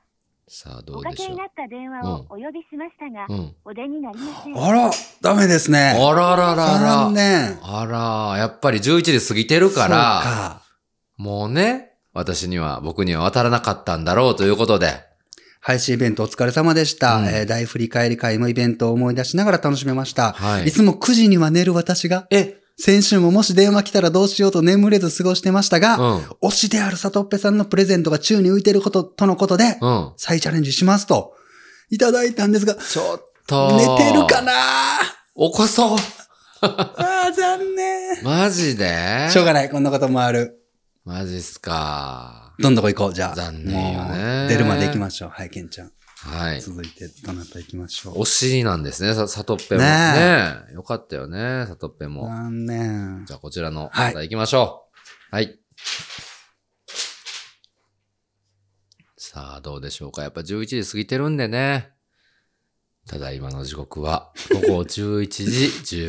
さあ、どおうかでけしょになった電話をお呼びしましたが、う。うん。お出になりません。あら、ダメですあね。らららら。残念。あら、やっぱり11時過ぎてるそから。うかもうね、私には、僕には渡らなかったんだろうということで。配信イベントお疲れ様でした。うんえー大振り返り会もイベントを思い出しながら楽しめました。、はいいつも9時には寝る私が、え先週ももし電話来たらどうしようと眠れず過ごしてましたうが、ん。推しである里っぺさんのプレゼントが宙に浮いてることとのことで、うん。再チャレンジしますと、いただいたんですが、ちょっと。寝てるかな起こそう。あー残念。マジでしょうがない、こんなこともある。マジっすか。どんどこ行こう、じゃあ。残念よねもう出るまで行きましょう。はい、ケンちゃん。はい。続いて、どなた行きましょう。お尻なんですね、さ、さとっぺも。ねねええよかったよね、さとっぺも。残念。じゃあ、こちらのはい方行きましょう。はい。さあ、どうでしょうか。やっぱ11時過ぎてるんでね。ただいまの時刻は午後11時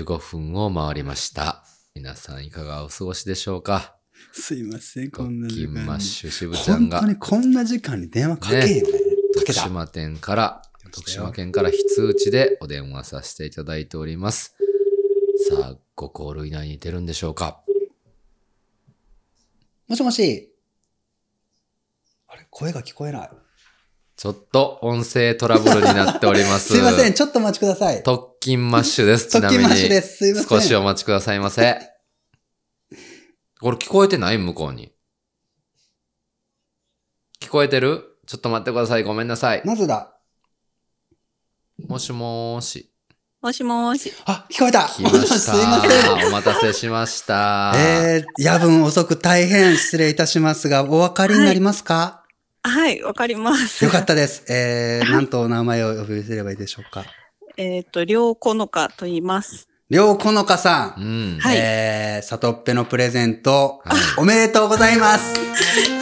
15分を回りました。皆さんいかがお過ごしでしょうかすいません、こごんな時きん間マッに。シュしぶちゃん本が当にこんな時間に電話かけんよね。かけた。徳島店から、来ましたよ徳島県から非通知でお電話させていただいております。さあ、ごコール以内に出るんでしょうかもしもし。あれ、声が聞こえない。ちょっと音声トラブルになっております。 すいません、。ちょっとお待ちください。特勤マッシュです。ち特なみ勤マに。ッシュです。すいません。少しお待ちくださいませ。これ聞こえてない向こうに。聞こえてるちょっと待ってください。ごめんなさい。まずだ。もしもーし。もしもーし。あ、聞こえた。来まし すいた。ません。お待たせしました。えー、夜分遅く大変失礼いたしますが、お分かりになりますか、はい、わかりま す。よかったです。え ー、なんとお名前をお呼びすればいいでしょうか。 えっと、りょうこのかと言います。りょうこのかさ。うんん。はいえー、さとっぺのプレゼント、はいおめでとうございます。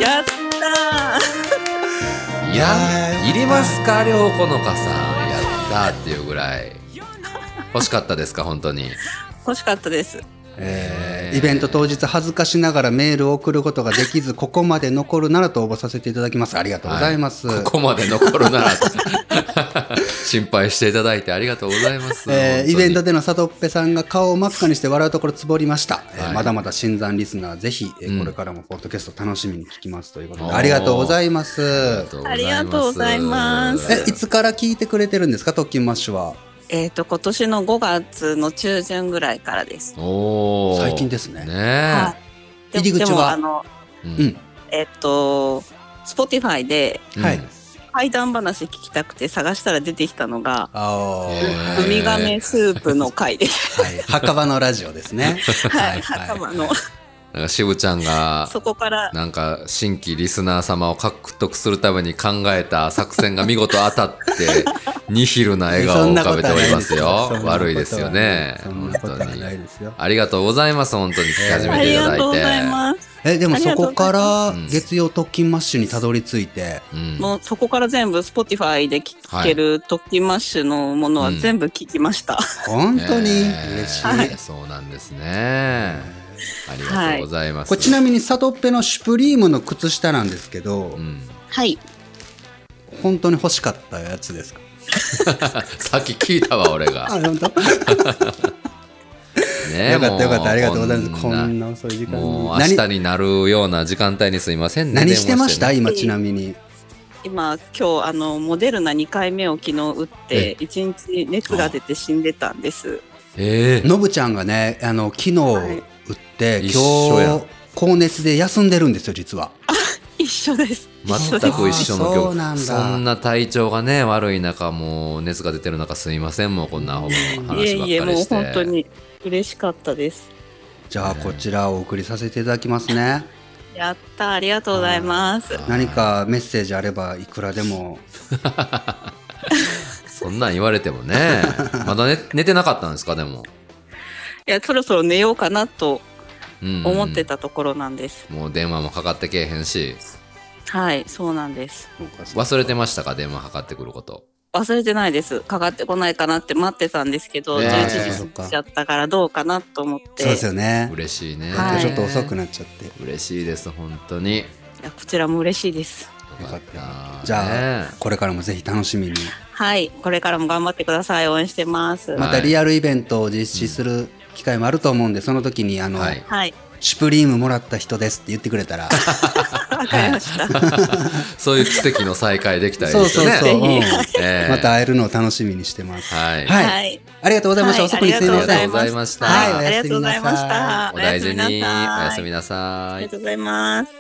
やったいやや、いりますか、りょうこのかさん。やったーっていうぐらい。欲しかったですか、本当に。ー欲しかったです。えーえーイベント当日恥ずかしながらメールを送ることができずここまで残るならと応募させていただきますありがとうございます、ここまで残るなら と。心配していただいてありがとうございます。えーイベントで。でのさとっぺさんが顔を真っ赤にして笑うところつぼりました、えーはいまだまだ新参リスナーぜひ、えーうんこれからもポッドキャスト楽しみに聞きますということで、おーありがとうございますありがとうございますえいつから聞いてくれてるんですか特勤マッシュはえっと、今年の5月の中旬ぐらいからです。おー最近ですねねは入い。り口はでも、あの、え。ううんん。えっと、Spotify で、はいうん怪談話聞きたくて探したら出てきたのが、あーえウミガメスープの回で、はい、墓場のラジオですね。はい、 墓場の、なんか渋ちゃんが、そこから、なんか新規リスナー様を獲得するために考えた作戦が見事当た って、ニヒルな笑顔を浮かべておりますよ。 悪いですよね。そん本なことは当ないそんなことはないに。ですよ。ありがとうございます、本当に聞き始あめてりいたがだいて。とうございます。え、でもそこかあらりがとうございます月曜特勤マッシュにたどり着いて、うんもうそこから全部 Spotify で聴けるトッキンマッシュのものは全部聞きました。本当に嬉しい。えーそうなんですね。ありがとうございます。これちなみにサトッペのシュプリームの靴下なんですけど、うん、はい。本当に欲しかったやつですかさっき聞いたわ、俺 が。あ、本当 ねよかったよかった。ありがとうございます。こもんうな遅い時間に。もう明何日になるような時間帯にすいませんね。何してました電話ね今ちなみに。今、今日、あの、モデルナ2回目を昨日打って、1日熱が出て死んでたんです。ええのぶちゃんがね、あの、昨日は打いって、一緒や今日、高熱で休んでるんですよ、実は。一緒です。全く一緒のあーそう曲なんだそんな体調がね悪い中もう熱が出てる中すいませんもうこんなアホの話ばっかりいえしていえ、もう本当に嬉しかったです。じゃあ、こちらをお送りさせていただきますね。やった、ありがとうございます。はい何かメッセージあれば、いくらでも。そんなん言われても ねまだ寝寝てなかったんですかでも、いや、そろそろ寝ようかなとうん思ってたところなんです。もう電話もかかってけえへんしはい、そうなんです。忘れてましたか電話かかってくること忘れてないです。かかってこないかなって待ってたんですけど、ねえ11そ時っか過ぎちゃったからどうかなと思って、そうですよね。嬉しいね、はいちょっと遅くなっちゃって。嬉しいです本当によいやこちらも嬉しいです。かっよかったたじゃねあ、これからもぜひ楽しみに。はい、これからも頑張ってください。応援してます。またリアルイベントを実施する機会もあると思うんで、その時に、あの、はいはい、シュプリームもらった人ですって言ってくれた ら、わかりました。そういう奇跡の再会できたりそうしてそうねそう、うんええまた会えるのを楽しみにしてます。はい、はいはい、ありがとうございました。はい遅くにすいまありがせとんう。ございましたはいありがとうございました。お大事におおややすすみみなさなさいいありがとうございます。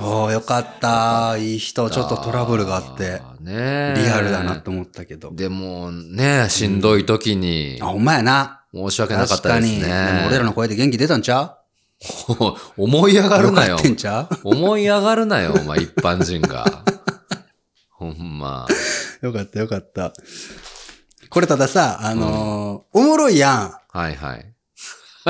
おーよかった。いい人、ちょっとトラブルがあって、ねえリアルだなと思ったけど。でもね、しんどい時にあ、、ほんまやな。申し訳なかっ確たかでに。ですもね。俺らの声で元気出たんちゃ思い上うがるなよよかっ。てんちゃ思い上がるなよ、 お前、一般人が。ほんま。うよかったよかった。これたださ、あのーおもろい やはいはい。ん。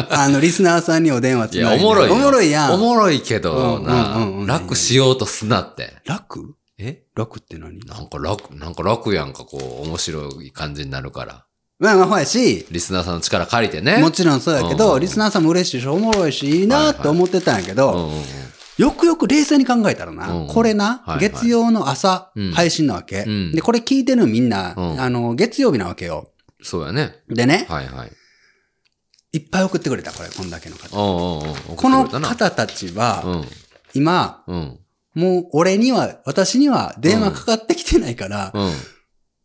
あの、リスナーさんにお電話ついないや、でおもろいよ。おもろいやおん。もろいけどなうんうんうんう、ん楽しようとすなって。楽え楽って何なんか楽、なんか楽やんか、こう、面白い感じになるから。まあまあ、ほやし、リスナーさんの力借りてね。もちろんそうやけうんうど、んリスナーさんも嬉しいし、おもろいし、いいなって思ってたんやけうんど、うんうんよくよく冷静に考えたらな、うんこれな、はいはい月曜の朝、うん配信なわけ、うんで、これ聞いてるのみんな、うんあの、月曜日なわけよ。そうやね。でね、はいはい。い、っぱい送ってくれた、これ、こんだけの方。おうんうんうん。この送ってくれたな方たちは、うん。今、うん。もう俺には、私には電話かかってきてないから、うん。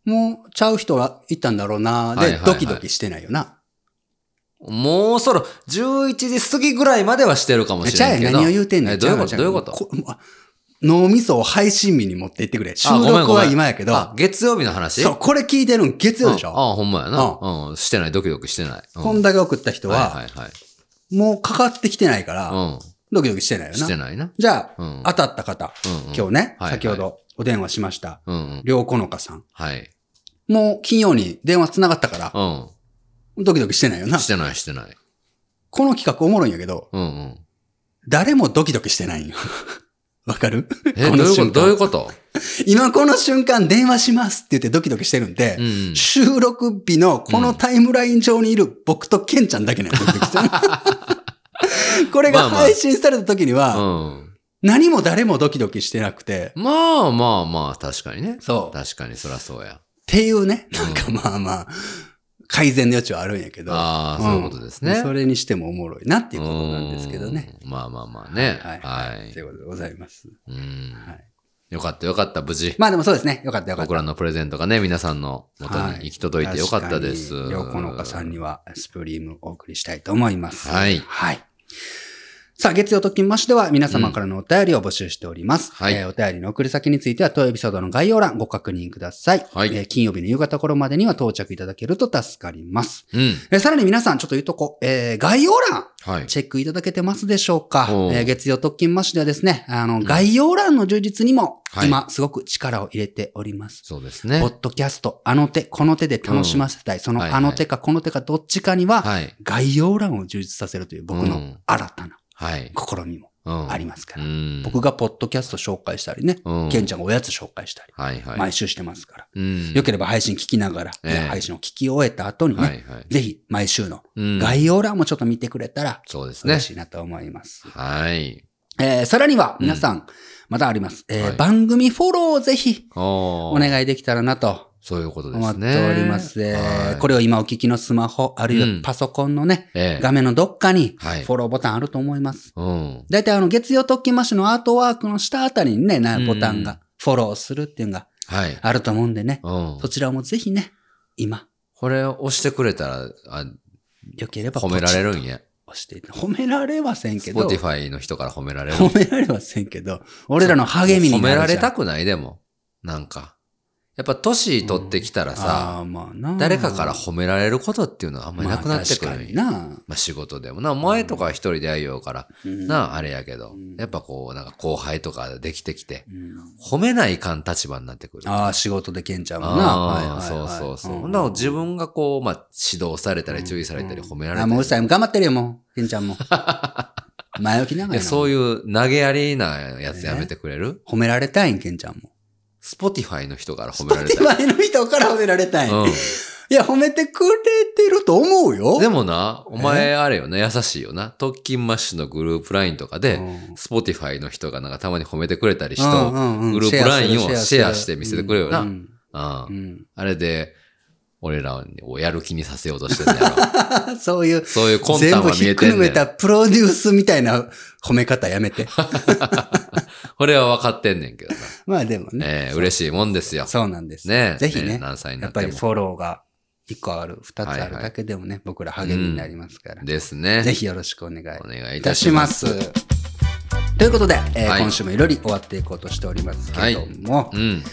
もうちゃう人は行ったんだろうな、で、はいはいはいドキドキしてないよな。もうそろ、11時過ぎぐらいまではしてるかもえしちゃうれんけやど。ん、何を言うてんねえん。どういうことちどゃういうやんことこもうあ脳みそを配信日に持って行ってくれ。収あごめん録ごめはん今やけど、あ、月曜日の話そう、これ聞いてるん月曜でしうょん。ああ、ほんまやな。うん。してない、ドキドキしてない。うんこんだけ送った人はは、いはいもうかかってきてないから、はドキドキしてないい。うん。しよてな。ないな。じゃうあん、当たった方、うんうん今日ね、はいはい先ほどお電話しました、うんうん。りょうこのかさん。はい。もう金曜に電話繋がったから、う。ドキドキしてないよなんし。てない、してない。この企画おもろいんやけど、うんうん。誰もドキドキしてないんよ。 わかるえ、こどのういうこ瞬と間どういうこと今この瞬間電話しますって言ってドキドキしてるんで、うん。収録日のこのタイムライン上にいる僕とケンちゃんだけなの、ドキドキして るこれまがあまあ配信された時には、うん。何も誰もドキドキしてなくて、まあまあまあ、確かにね。そう。っ確かに、そらそうや。ていうね、なんかまあまあ、改善の余地はあるんやけど。ああ、んそういうことですね。それにしてもおもろいなっていうことなんですけどね。うん。まあまあまあね。はい。はいとい。うことでございます。うんはいよかったよかった、無事。まあでもそうですね。よかったよかった。僕らのプレゼントがね、皆さんの元に行き届いてよかったです。はい確かに良子のかさんにはスプリームお送りしたいと思います。はいはい。さあ、月曜ときましては皆様からのお便りを募集しております。はいえーお便りの送り先については当エピソードの概要欄ご確認ください。はいえー金曜日の夕方頃までには到着いただけると助かります。うん。えーさらに皆さん、ちょっと言うとこ、えー概要欄はい。チェックいただけてますでしょうか、おうえー月曜特勤マッシュではですね、あの、概要欄の充実にも、はい今、すごく力を入れております。そうですねポ。ッドキャスト、あの手、この手で楽しませたい。そのはいはいあの手かこの手かどっちかには、はい。概要欄を充実させるという僕うのん新たなはい。試みもうん。ありますかうら。ん。僕がポッドキャスト紹介したりね、うん。ケンちゃんがおやつ紹介したり、はいはい。毎週してますから。うん。よければ配信聞きながら、ええ配信を聞き終えた後にね、はいはい。ぜひ毎週のうん概要欄もちょっと見てくれたら、そうですね嬉。しいなと思います。はい。えーさらには皆さん、まだあります。えーはい番組フォローをぜひおおー。願いできたらなとそういうことで思っすてね。おります。えーこれ、れを今お聞きのスマホ、あるいはうんパソコンのね、ええ画面のどっかにはいフォローボタンあると思います。うん。だいたいあの月曜特勤マッシュのアートワークの下あたりにね、なうんボタンがフォローするっていうのがはい。あると思うんでね、うんそ。ちらもぜひね、今、これを押してくれたら、あよければ褒められるんや。ポチッと押して、褒められはせんけど、 Spotify の人から褒められる。褒められはせんけど、俺らの励みに褒なめるじゃん。られたくないでも。なんか。やっぱ年取ってきたらあーさ、まあな誰かから褒められることっていうのはあんまりなくなってくるんや。まあ確かになまあ仕事でもな、お前とかは一人で会いようから、うんな、あれやけどうん、やっぱこう、なんか後輩とかできてきて、うん褒めないかん立場になってくる。ああ、仕事でケンちゃんもな。はいはいあはあ、いそうそうそう。んなお自分がこう、まあ、指導されたり、注意されたり、褒めらあれたあり。もううるさい。頑張ってるよ、もう。ケンちゃ んも。前置き長いいな。やそういう投げやりなやつやめてくれる褒められたいん、ケンちゃんも。スポティファイの人から褒められたい。前の人から褒められたい。ういんや、褒めてくれてると思うよ。でも、もな、お前あれよね、優しいよな。特勤マッシュのグループラインとかで、スポティファイの人がなんかたまに褒めてくれたりしうんと、うんうんグループ LINE シェアすをるシェアして見せてくれよなうんあうんうんあれで、俺らをやる気にさせようとしてんだ よ。そういう、そういう魂全胆部は見ひっえくてるんねめん。たプロデュースみたいな褒め方やめ て。俺は分かってんねんけどな。まあでもね。 ええ嬉しいもんですよ。そうなんです。ねえぜひね、何歳にやなっっぱてりも。フォローが1個ある、2つあるだけでもね、僕ら励みになりますから、ですね。ぜひよろしくお願いお願いいいたたししまます。す。ということで、えーはい今週もいろいろ終わっていこうとしておりますけども、うん。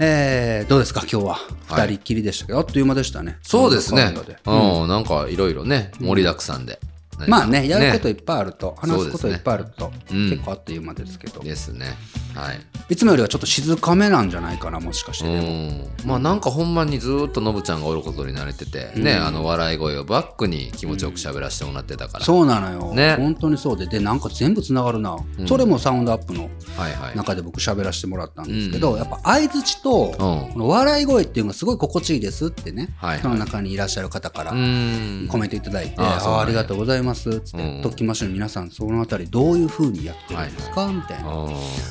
えーどうですか今日はは2い人っきりでしたけど、あっという間でしたね。そうですね。うんうん、なんかいろいろね、盛りだくさんで。何かまあね、やることいっぱいあると、話すこといっぱいあると、すねうん結構あっという間ですけど、ですね。はい。いつもよりはちょっと静かめなんじゃないかな、もしかしてうね、ん。まあなんかほんまにずーっとのぶちゃんがおることに慣れてて、ね、あの笑い声をバックに気持ちよく喋らせてもらってたから。そうなのよ、ね本当にそうで、で、なんか全部つながるな、それもサウンドアップのはいはい。中で僕喋らせてもらったんですけど、やっぱ相づちと、うんこの笑い声っていうのがすごい心地いいですってね、はいはいその中にいらっしゃる方からうん。コメントいただいて、あーあそうなんあやありがとうございますっつって、うん特訓マッシュの皆さんそのあたりどういう風にやってるんですか、みたいな。う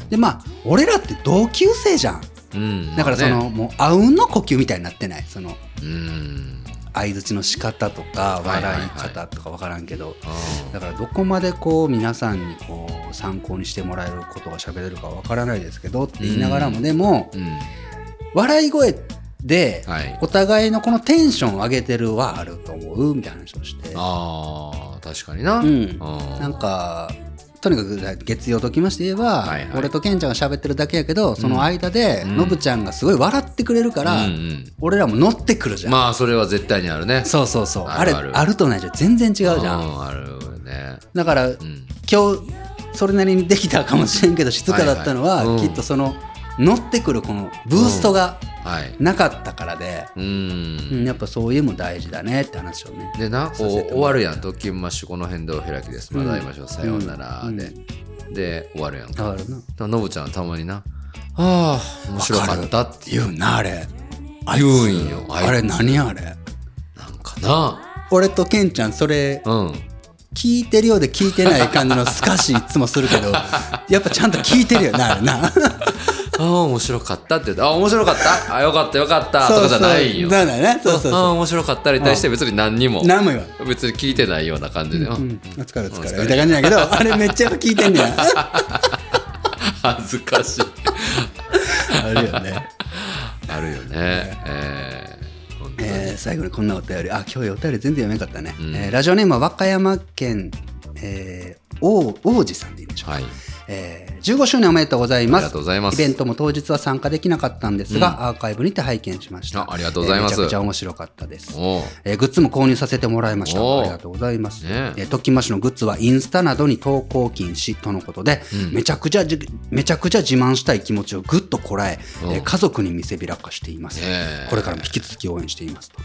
でまあ俺らって同級生じゃんん。だからそまあね、の、もうあうんの呼吸みたいになってないそのうん。相づちの仕方とかはいはいはい笑い方とか分からんけど、あだからどこまでこう皆さんにこう参考にしてもらえることが喋れるかわからないですけどって言いながらも、うんでもーうん。笑い声ではいお互いのこのテンションを上げてるはあると思うみたいな話をして、ああ、確かにな。ううんん、なんかとにかく月曜ときまして言えば、はいはい俺とケンちゃんが喋ってるだけやけどその間でうんノブちゃんがすごい笑ってくれるから、うんうん俺らも乗ってくるじゃん、まあそれは絶対にあるね。そうそうそうああれるああるるとないじゃ全然違うじゃん、うん。あるよね。だからうん。今日それなりにできたかもしれんけど静かだったのは、はいはいうんきっとその乗ってくるこのブーストがはい。なかったからで、ううんん。やっぱそういうのも大事だねって話をねでな、こさうせてもらった終わるやん。ドッキンマッシュこの辺でお開きです。また会いましょう。さようなうらんで。で、終わるやんか。変わるなだからノブちゃんはたまにな、ああ、面白かったっていう。言うなあれあ言うんよあいつあれ何あれなんかな。俺とケンちゃんそれうん。聞いてるようで聞いてない感じのスカシいつもするけ どやっぱちゃんと聞いてるよなあれなああ、面白かったって言って、ああ、面白かった。ああ、よかったよかった。とそうかじそうゃないんよ。だからねそうそうああ、そ面白かったに対して別に何にもう、何も言わん別に聞いてないような感じで。ううん ん、お疲れお疲れお疲れみたいな感じだけどあれめっちゃやっぱ聞いてんねや恥ずかしい。あるよねあるよね。えー本当に えー最後にこんなお便りあ今日お便り全然読めなかったね、うんえーラジオネームは和歌山県、え王王子さんでいいんでしょうか、はい。えー15周年おめでとうございあまりがすとうございます。イベントも当日は参加できなかったんですが、アーカイブにて拝見しましたあありがとうございますえーめちゃくちゃ面白かったですおうえーグッズも購入させてもらいました。おーありがとうございます。ねええー、特訓マッシュのグッズはインスタなどに投稿禁止とのことで、うんめちゃくちゃじ、めちゃくちゃ自慢したい気持ちをぐっとこらえ、うんえー家族に見せびらかしています、ねえこれからも引き続き応援しています。と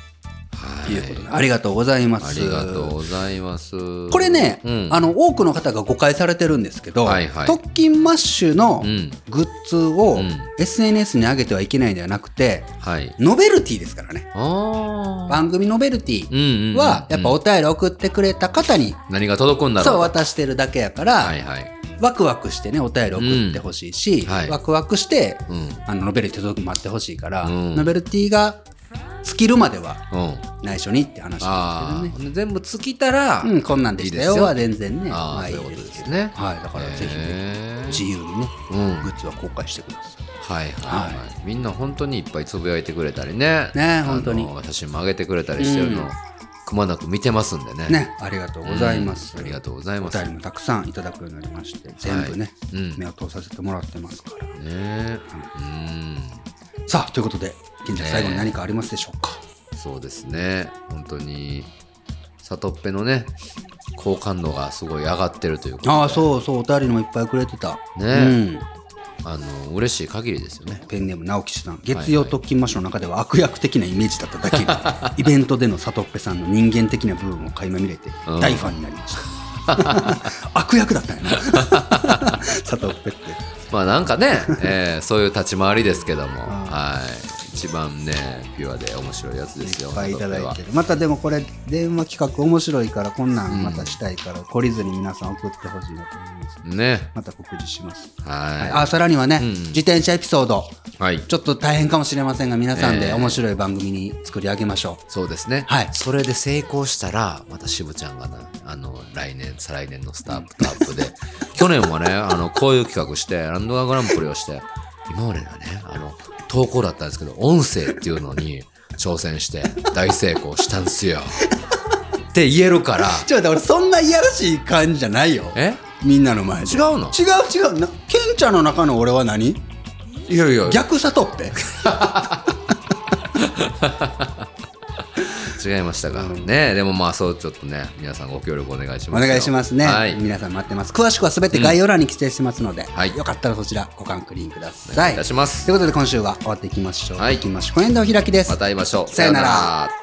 はいいうことで、ありがとうございまあす。りがとうございます。これね、うん、あの、多くの方が誤解されてるんですけど、はいはい特訓マッシュのうん、グッズをうん SNS に上げてはいけないんではなくて、はい。ノベルティですからね。ああ。番組ノベルティうんうんうんは、やっぱお便り送ってくれた方に何が届くんだろうそうと。渡してるだけやから、はいはい。ワクワクしてねお便り送ってほしいし、うんはいワクワクしてうん。あのノベルティ届くの待ってほしいから、うんノベルティが尽きるまではうん。内緒にって話なあんですけどねあ。全部尽きたら、うん、こんなんでしたいいですよよは全然ねああ、まあそういういこいでとすでけすどね。はいだからぜひねへえ自由にねうん。グッズは公開してくださいはいはい、ははい、みんな本当にいっぱいつぶやいてくれたりねね本当にあの写真も上げてくれたりしてるの、うんくまなく見てますんでねねありがとうございます、うんありがとうございおます便りもたくさんいただくようになりまして全部ね、はいうん目を通させてもらってますからねさあということで金ちゃんね最後に何かありますでしょうか、うんそうですね本当に里っぺのね好感度がすごい上がってるということでああそうそうお便りにもいっぱいくれてたねあの嬉しい限りですよねうん、ペンネーム直樹さん月曜特勤マッシュの中では悪役的なイメージだっただけが イベントでの里っぺさんの人間的な部分を垣間見れてうん大ファンになりました悪役だったよ な里っぺってまあなんか ね、えーそういう立ち回りですけども、はい一番ねピュアで面白いやつですいよっぱいいただ里いっぺてはるまたでもこれ電話企画面白いからこんなんまたしたいから懲りずに皆さん送ってほしいなと思います、ねまた告示します、はいあさらにはね、うん自転車エピソードはいちょっと大変かもしれませんが皆さんえでえ面白い番組に作り上げましょう、そうですね。はいそれで成功したら、また渋ちゃんがな、あの、来年、再来年のスタートアップで、 去年もね、あの、こういう企画して、ランドガーグランプリをして、今までのね、あの、投稿だったんですけど、音声っていうのに挑戦して、大成功したんすよ。って言えるから、ちょっと待って俺そんないやらしい感じじゃないよえみんなの前で違うの違う違うなケンちゃんの中の俺は何いやいや、逆さとっぺ違いましたか。ねでもまあ、そう、ちょっとね、皆さんご協力お願いしおますよ。願いしますね、はい。お願い皆さん待ってます詳しくはすべて概要欄に記載してますので、はいよかったらそちらご確認くださいいたしまといす。うことで今週は終わっていきましょう、はいいきましょうこの辺でお開きですまた会いましょう。さよならら。